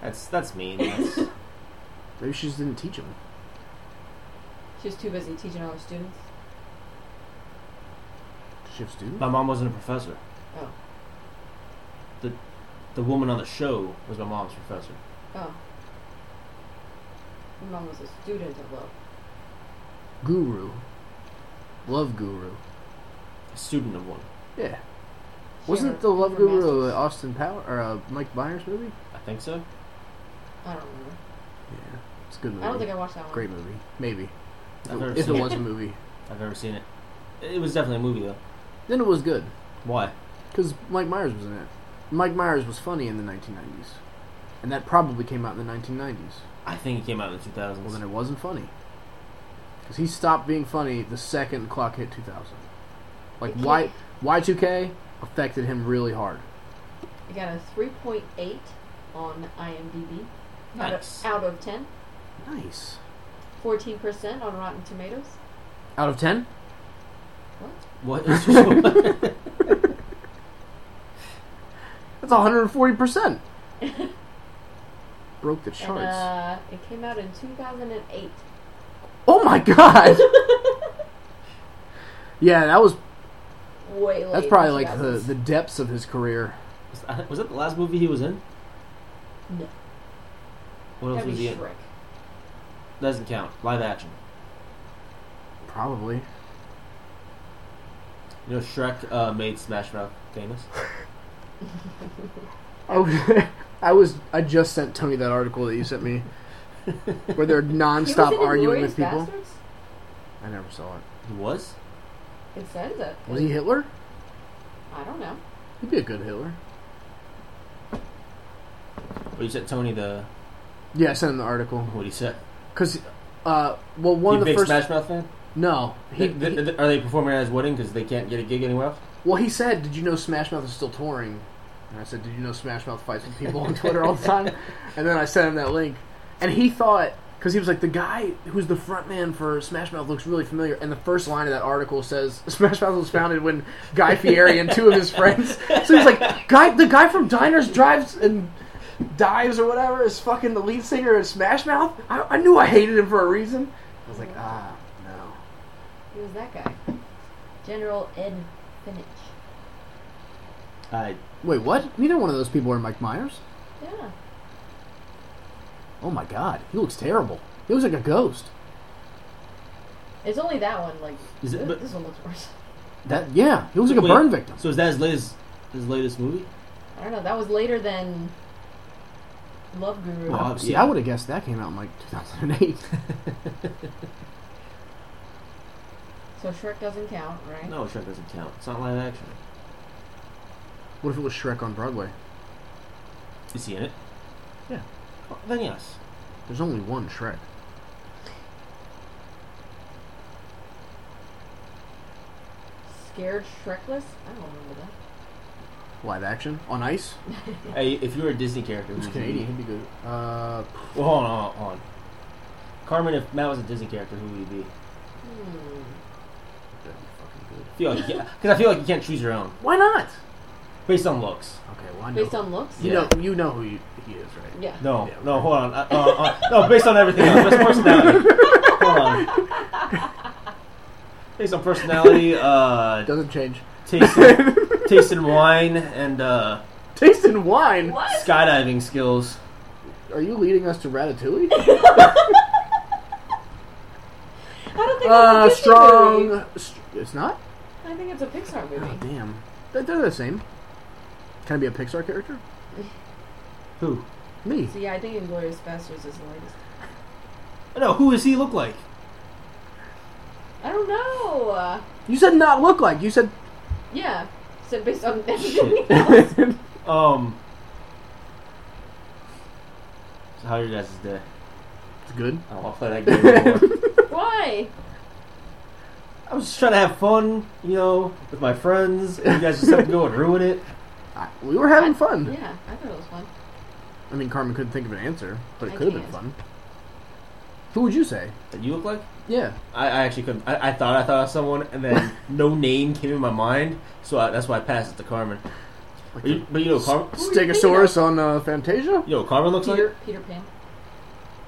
That's that's mean. That's,
Maybe she just didn't teach him.
She's too busy teaching all her students.
Does she have students?
my mom wasn't a professor.
Oh,
The woman on the show was my mom's professor.
oh. Your mom was a student of love.
Guru, love guru.
A student of one.
Yeah.
She
Wasn't
ever-
the Love
her
Guru
master's-
a Austin Power or a Mike Myers movie?
I think so.
I don't remember.
Yeah, it's a good movie.
I don't think I watched that one.
Great movie, maybe.
I've never
If it
seen
was a movie,
I've never seen it. It was definitely a movie though.
then it was good
Why?
because Mike Myers was in it. Mike Myers was funny in the 1990s, and that probably came out in the 1990s.
I think it came out in the 2000s.
Well, then it wasn't funny because he stopped being funny the second clock hit 2000. Like
It
Y
can't-
Y2K affected him really hard.
I got a 3.8 on IMDb. Out of-
Nice.
Out of 10.
Nice.
14% on Rotten Tomatoes.
Out of ten.
What? That's
That's 140 percent. Broke the
And,
charts.
uh, it came out in 2008.
Oh my god. yeah, that was
Way late.
that's probably
in
like the,
2000s.
the depths of his career.
was that the last movie he was in?
No.
What else
That'd
was
be
he in?
Shrek.
Doesn't count. Live action.
Probably.
You know, Shrek uh, made Smash Mouth famous.
I was, I was I just sent Tony that article that you sent me where they're
He was
nonstop
in
arguing
Inglourious
with people.
Basterds?
I never saw it.
He was?
It says it.
Was he Hitler?
I don't know.
He'd be a good Hitler.
But you said Tony the.
Yeah, I sent him the article
What he said?
because uh, well, one of
you
the
big
first
Smash Mouth fan?
no, he,
Th- th-
he-
th- are they performing at his wedding because they can't get a gig anywhere else?
well, he said, "Did you know Smash Mouth is still touring?" And I said, "Did you know Smash Mouth fights with people on Twitter all the time?" And then I sent him that link, and he thought because he was like, "The guy who's the front man for Smash Mouth looks really familiar." And the first line of that article says, "Smash Mouth was founded when Guy Fieri and two of his friends." So he's like, "Guy, the guy from Diners, Drives, and Dives or whatever is fucking the lead singer of Smash Mouth." I, I knew I hated him for a reason. I was like, "Ah, no."
He was that guy. General Ed Finch.
I
Wait, what? Neither one of those people are Mike Myers.
Yeah.
Oh my god, he looks terrible. He looks like a ghost.
It's only that one. Like
Is it-
th-
but-
this one looks worse.
That yeah, he looks like a
Wait,
burn victim.
So is that his latest his latest movie?
I don't know. That was later than Love Guru.
Wow.
See,
yeah.
I would have guessed that came out in like 2008.
So Shrek doesn't count, right?
No, Shrek doesn't count. It's not live action.
what if it was Shrek on Broadway?
Is he in it?
Yeah.
Oh, then yes.
There's only one Shrek.
Scared Shrekless. I don't remember that.
Live action on ice.
Hey, if you were a Disney character,
It's
who's
Canadian. He'd be good. Uh,
Well, hold on, hold on, hold on. Carmen, if Matt was a Disney character, who would he be?
Hmm.
that'd be fucking good.
Because like you can't- 'cause I feel like you can't choose your own
Why not?
based on looks.
Okay, well I know.
Based on looks.
you
Yeah.
know, you know who you, he is, right?
Yeah.
No,
Yeah,
no,
okay.
hold on. Uh, uh, uh, no, based on everything else. Based on personality. hold on. Based on personality, uh,
Doesn't change.
taste, in, taste in wine, and uh,
Taste in wine.
What?
skydiving skills.
Are you leading us to Ratatouille?
I don't think
uh,
that's a Disney
strong.
Ah,
Movie.
St- it's not.
I think it's a Pixar movie.
Damn. They're they're the same. Can I be a Pixar character?
Who?
Me.
So yeah, I think Inglorious Bastards is the latest.
No, who does he look like?
I don't know. Uh,
You said not look like. You said
yeah, said based on
Shit.
everything else.
Um. So how are your guys' day?
it's good.
I don't want to play that game anymore.
Why?
I was just trying to have fun, you know, with my friends. and You guys just have to go and ruin it.
I, we were having fun.
Yeah, I thought it was fun.
I mean, Carmen couldn't think of an answer, but it
I
could have been
can't.
fun. Who would you say?
That you look like?
Yeah.
I, I actually couldn't. I, I thought I thought of someone, and then no name came in my mind, so I, that's why I passed it to Carmen.
Like
But you, but you know, Carmen.
Stegosaurus on uh, Fantasia?
You know, what Carmen looks
Peter Peter Pan.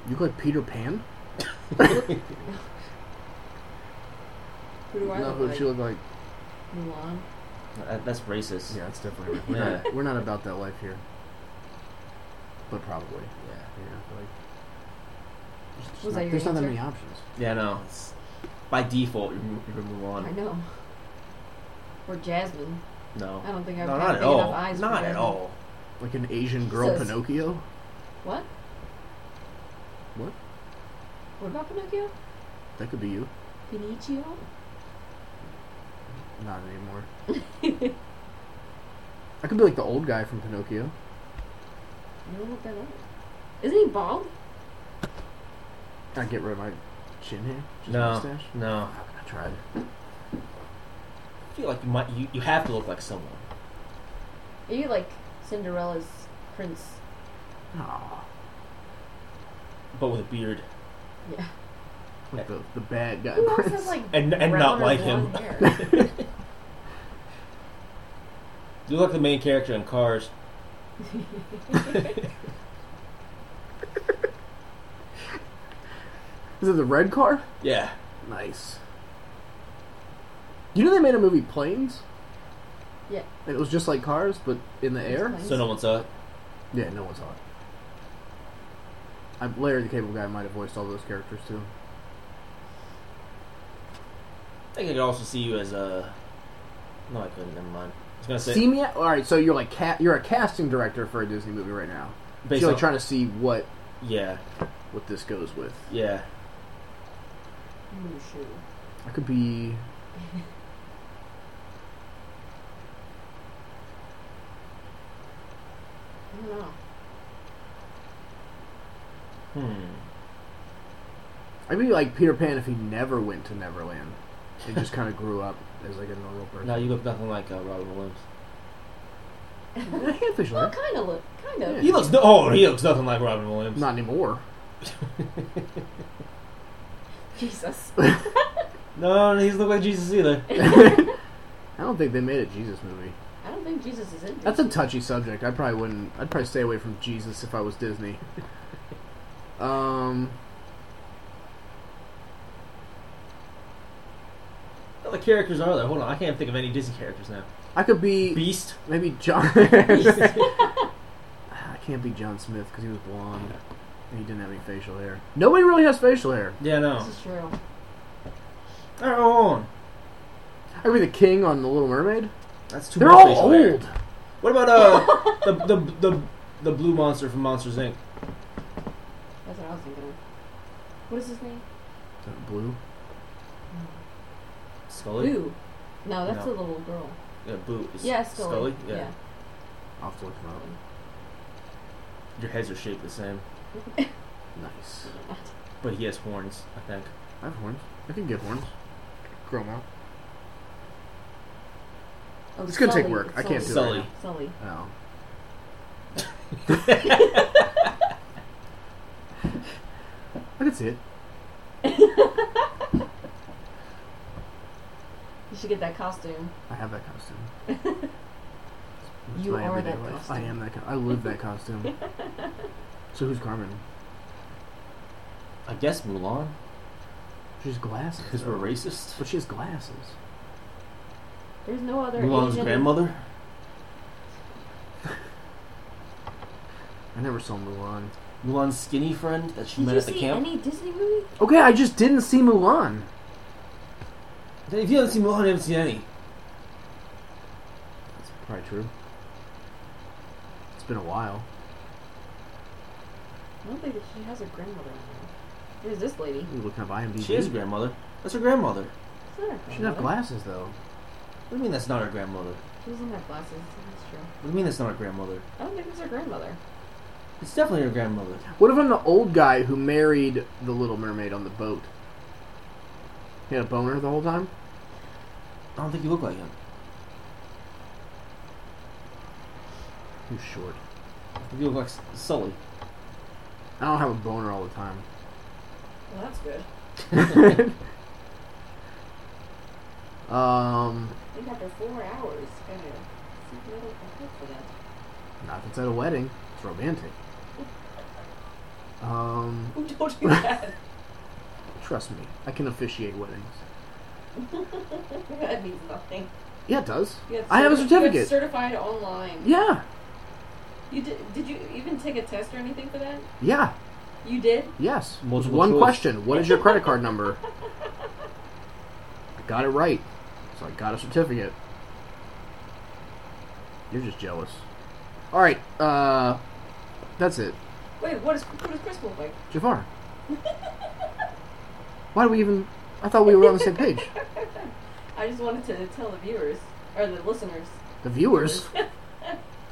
You look like Peter Pan?
like.
Who do I look
No, who
like?
would you look like?
Mulan.
That- Uh, that's racist.
Yeah, it's definitely. We're,
Yeah.
Not, we're not about that life here. But probably.
Yeah.
Yeah. Like, there's just
Was
not,
that your
there's not that
answer?
many options.
Yeah, no. It's by default, you're, you're Mulan.
I know. Or Jasmine.
No.
I don't think I
No,
would
not
have
at
big enough
all.
eyes. for
Not at
Jasmine.
all.
Like an Asian girl
Jesus.
Pinocchio?
What?
What?
What about Pinocchio?
That could be you.
Pinocchio?
Not anymore. I could be like the old guy from Pinocchio.
You don't look that old. Isn't he bald?
I get rid of my chin hair. Just
No.
mustache.
No.
Fuck, I tried.
I feel like you might. You, you have to look like someone.
Are you like Cinderella's prince?
Aw.
But with a beard.
Yeah.
Like the, the bad guy.
Who else
prince.
has like
And- and not
brown or
like him.
blonde hair?
You look like the main character in Cars.
Is it the red car?
Yeah.
Nice. You know they made a movie Planes?
yeah.
And it was just like Cars, but in the air?
planes.
So no uh, one saw it.
Yeah, no one saw it. I, Larry the Cable Guy might have voiced all those characters too.
I think I could also see you as a. No, I couldn't. Never mind. I was gonna say
See me? All right, so you're like ca- you're a casting director for a Disney movie right now. So
based
you're
on-
like trying to see what
Yeah.
what this goes with.
Yeah.
Ooh, shoot.
I could be.
I don't know.
Hmm.
I'd be like Peter Pan if he never went to Neverland. He just kind of grew up as like a normal person.
No, you look nothing like uh, Robin Williams.
I can't fish
Well,
like
kind of look. Kind of.
Yeah.
He looks. No, oh, he looks nothing like Robin Williams.
Not anymore.
Jesus.
No, no, he's look like Jesus either.
I don't think they made a Jesus movie.
I don't think Jesus is in.
That's a touchy subject. I probably wouldn't. I'd probably stay away from Jesus if I was Disney. um,
What other characters are there? Hold on, I can't think of any Disney characters now.
I could be
Beast.
maybe John. I can't be John Smith because he was blonde and he didn't have any facial hair. Nobody really has facial hair.
Yeah, no.
This is true.
All right, hold on.
I could be the king on The Little Mermaid.
That's too.
They're
much
all
facial
old.
hair. What about uh the, the the the blue monster from Monsters Inc.
That's what I was thinking. of. What is his name?
Is that Blue.
Scully?
Ooh. No, that's
No.
the little girl.
Yeah, Boo. Is
Yeah, Scully.
Yeah.
I'll have to look him up.
Your heads are shaped the same,
Nice.
but he has horns. I think.
I have horns. I can get horns. Grow 'em out.
Oh,
It's gonna take
Sully,
work.
it's
I can't
do it right
Sully.
Oh. I can see it.
You should get that costume.
I have that costume. It's
You
my
are
everyday
that
life.
costume.
I am that. Co- I live that costume. so who's Carmen?
I guess Mulan,
She's glasses.
because we're racist.
But she has glasses.
There's no other.
Mulan's
Asian-
grandmother.
I never saw Mulan.
Mulan's skinny friend that she
Did
met
you
at the
see
camp.
any Disney movie?
Okay, I just didn't see Mulan.
E, If you haven't seen Mulan, you haven't seen any.
That's probably true. It's been a while.
I don't think that she has a grandmother anymore. Who's this lady?
Let me look up IMDb.
She is a grandmother. That's her grandmother. What
It's not her
She doesn't have
grandmother.
glasses though.
do you mean that's not her grandmother?
She doesn't have glasses. That's true.
What do you mean that's not her grandmother?
I don't think it's her grandmother.
It's definitely her grandmother.
What if I'm the old guy who married the Little Mermaid on the boat? He had a boner the whole time.
I don't think you look like him.
He's short.
I think you look like S- Sully.
I don't have a boner all the time.
Well, that's good.
um,
I think after four hours, kind of. See, I don't think for that.
not if it's at a wedding. It's romantic. Um,
Ooh, Don't do that.
trust me, I can officiate weddings.
that means nothing.
Yeah, it does.
You got
I have a
certi- you got
certificate.
certified online.
yeah,
You did? Did you even take a test or anything for that?
yeah,
You did.
yes.
Multiple
One
choice.
question: What is your credit card number? I got it right, so I got a certificate. You're just jealous. All right, uh, that's it.
Wait, what is what does Chris look like?
Jafar. Why do we even? I thought we were on the same page.
I just wanted to tell the viewers or the listeners.
The viewers.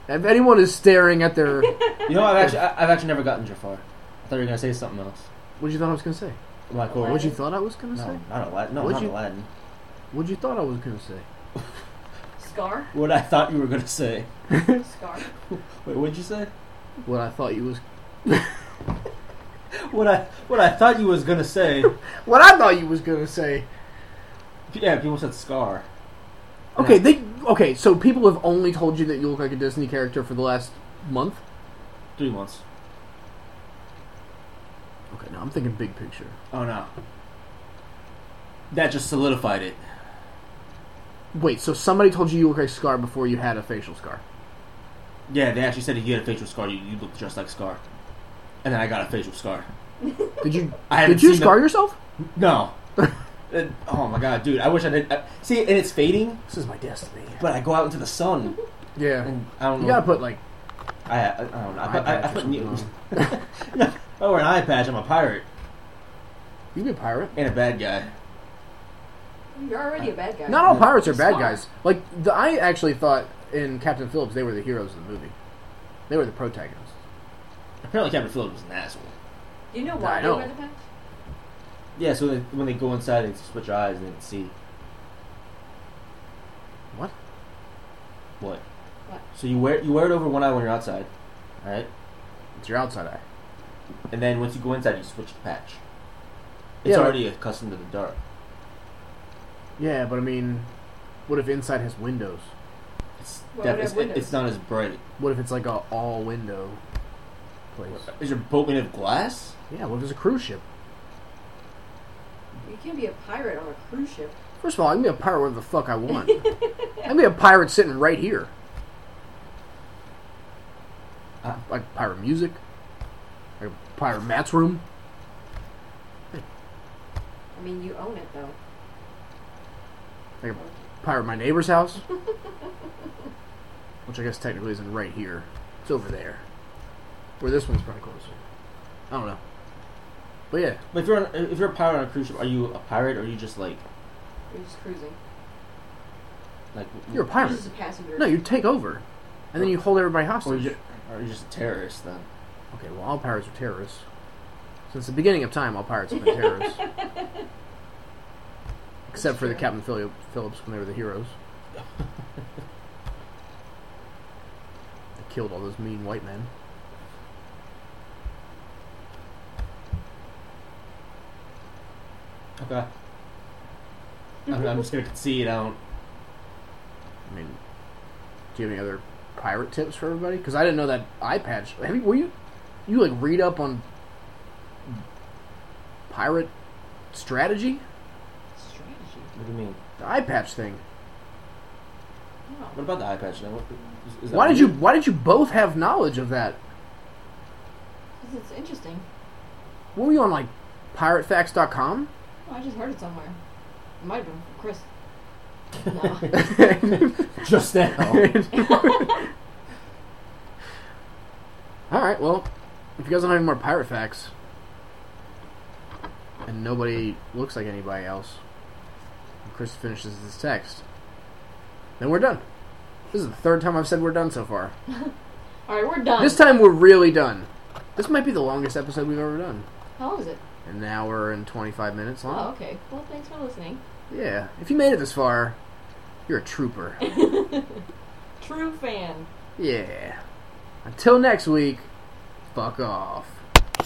If anyone is staring at their, what
You know, I've actually, I- I've actually never gotten Jafar. I thought you were gonna say something else.
would you thought I was gonna say?
Black Orchid.
What you thought I was gonna
No,
say?
not Aladdin. No,
Would
not
you-
Aladdin.
What you thought I was gonna say?
Scar,
What I thought you were gonna say.
scar.
Wait, what'd you say?
What I thought you was.
What I what I thought you was gonna say.
What I thought you was gonna say.
yeah, people said Scar.
Okay,
No.
they. Okay, so people have only told you that you look like a Disney character for the last month.
Three months.
Okay, now I'm thinking big picture.
Oh no. That just solidified it.
Wait, so somebody told you you look like Scar before you had a facial scar.
Yeah, they actually said if you had a facial scar, you, you looked just like Scar. And then I got a facial scar.
Did you?
I haven't
did you
seen
scar
the-
yourself?
No. Uh, oh my god, dude! I wish I did. I, see, and it's fading,
This is my destiny.
but I go out into the sun,
Yeah.
and I don't
You
know.
gotta put like
I, I, I don't know. I
Eye
put, I, I
patch or
put
something
new.
on.
no, if I wear an eye patch. I'm a pirate
you be a pirate.
and a bad guy.
You're already a bad guy.
Not all pirates are
You're
bad
smart.
guys. Like the, I actually thought in Captain Phillips they were the heroes of the movie. They were the protagonists.
Apparently, Captain Phillips was an asshole.
You know
I
why they
know.
wear the patch?
Yeah, so they, when they go inside, they switch eyes and they can see
What?
what.
What?
So you wear you wear it over one eye when you're outside, all right?
It's your outside eye.
And then once you go inside, you switch the patch. It's
Yeah, but-
already accustomed to the dark.
Yeah, but I mean, what if inside has windows?
It's
Why would
def-
it
it's,
have windows?
it's not as bright.
What if it's like a all window place?
Is your boat made of glass?
Yeah, what if it's a cruise ship?
You can't be a pirate on a cruise ship.
First of all, I can be a pirate wherever the fuck I want. I can be a pirate sitting right here. I like pirate music. Like pirate Matt's room.
I mean, you own it though.
Like a pirate my neighbor's house. Which I guess technically isn't right here. It's over there. Where this one's probably closer. I don't know. But yeah,
But if you're on, if you're a pirate on a cruise ship, are you a pirate or are you just like
You're just cruising.
like
you're a
You're
pirate.
just a passenger.
No, you take over. And then you hold everybody
Or you
hostage.
just, or you just a terrorist then?
Okay, well, all pirates are terrorists. Since the beginning of time, all pirates have been terrorists. Except for the Captain Philip Phillips when they were the heroes. they killed all those mean white men.
Okay. I'm, I'm just gonna concede. I don't.
I mean, do you have any other pirate tips for everybody? Because I didn't know that eye patch. Have you, were you, you like read up on pirate strategy?
Strategy.
What do you mean?
The eye patch thing.
What
No.
about the eye patch? Now? What- is- is that
Why did you?
weird?
Why did you both have knowledge of that?
'Cause It's interesting.
What were you on like piratefacts.com?
Oh, I just heard it somewhere. It might have been from Chris. No.
Just now.
All right. Well, if you guys don't have any more pirate facts, and nobody looks like anybody else, and Chris finishes this text, then we're done. This is the third time I've said we're done so far.
All right, we're done.
This time we're really done. This might be the longest episode we've ever done.
How long is it?
An hour and 25 minutes
Oh,
long.
okay. Well, thanks for listening.
Yeah. If you made it this far, you're a trooper.
True fan.
yeah. Until next week, fuck off.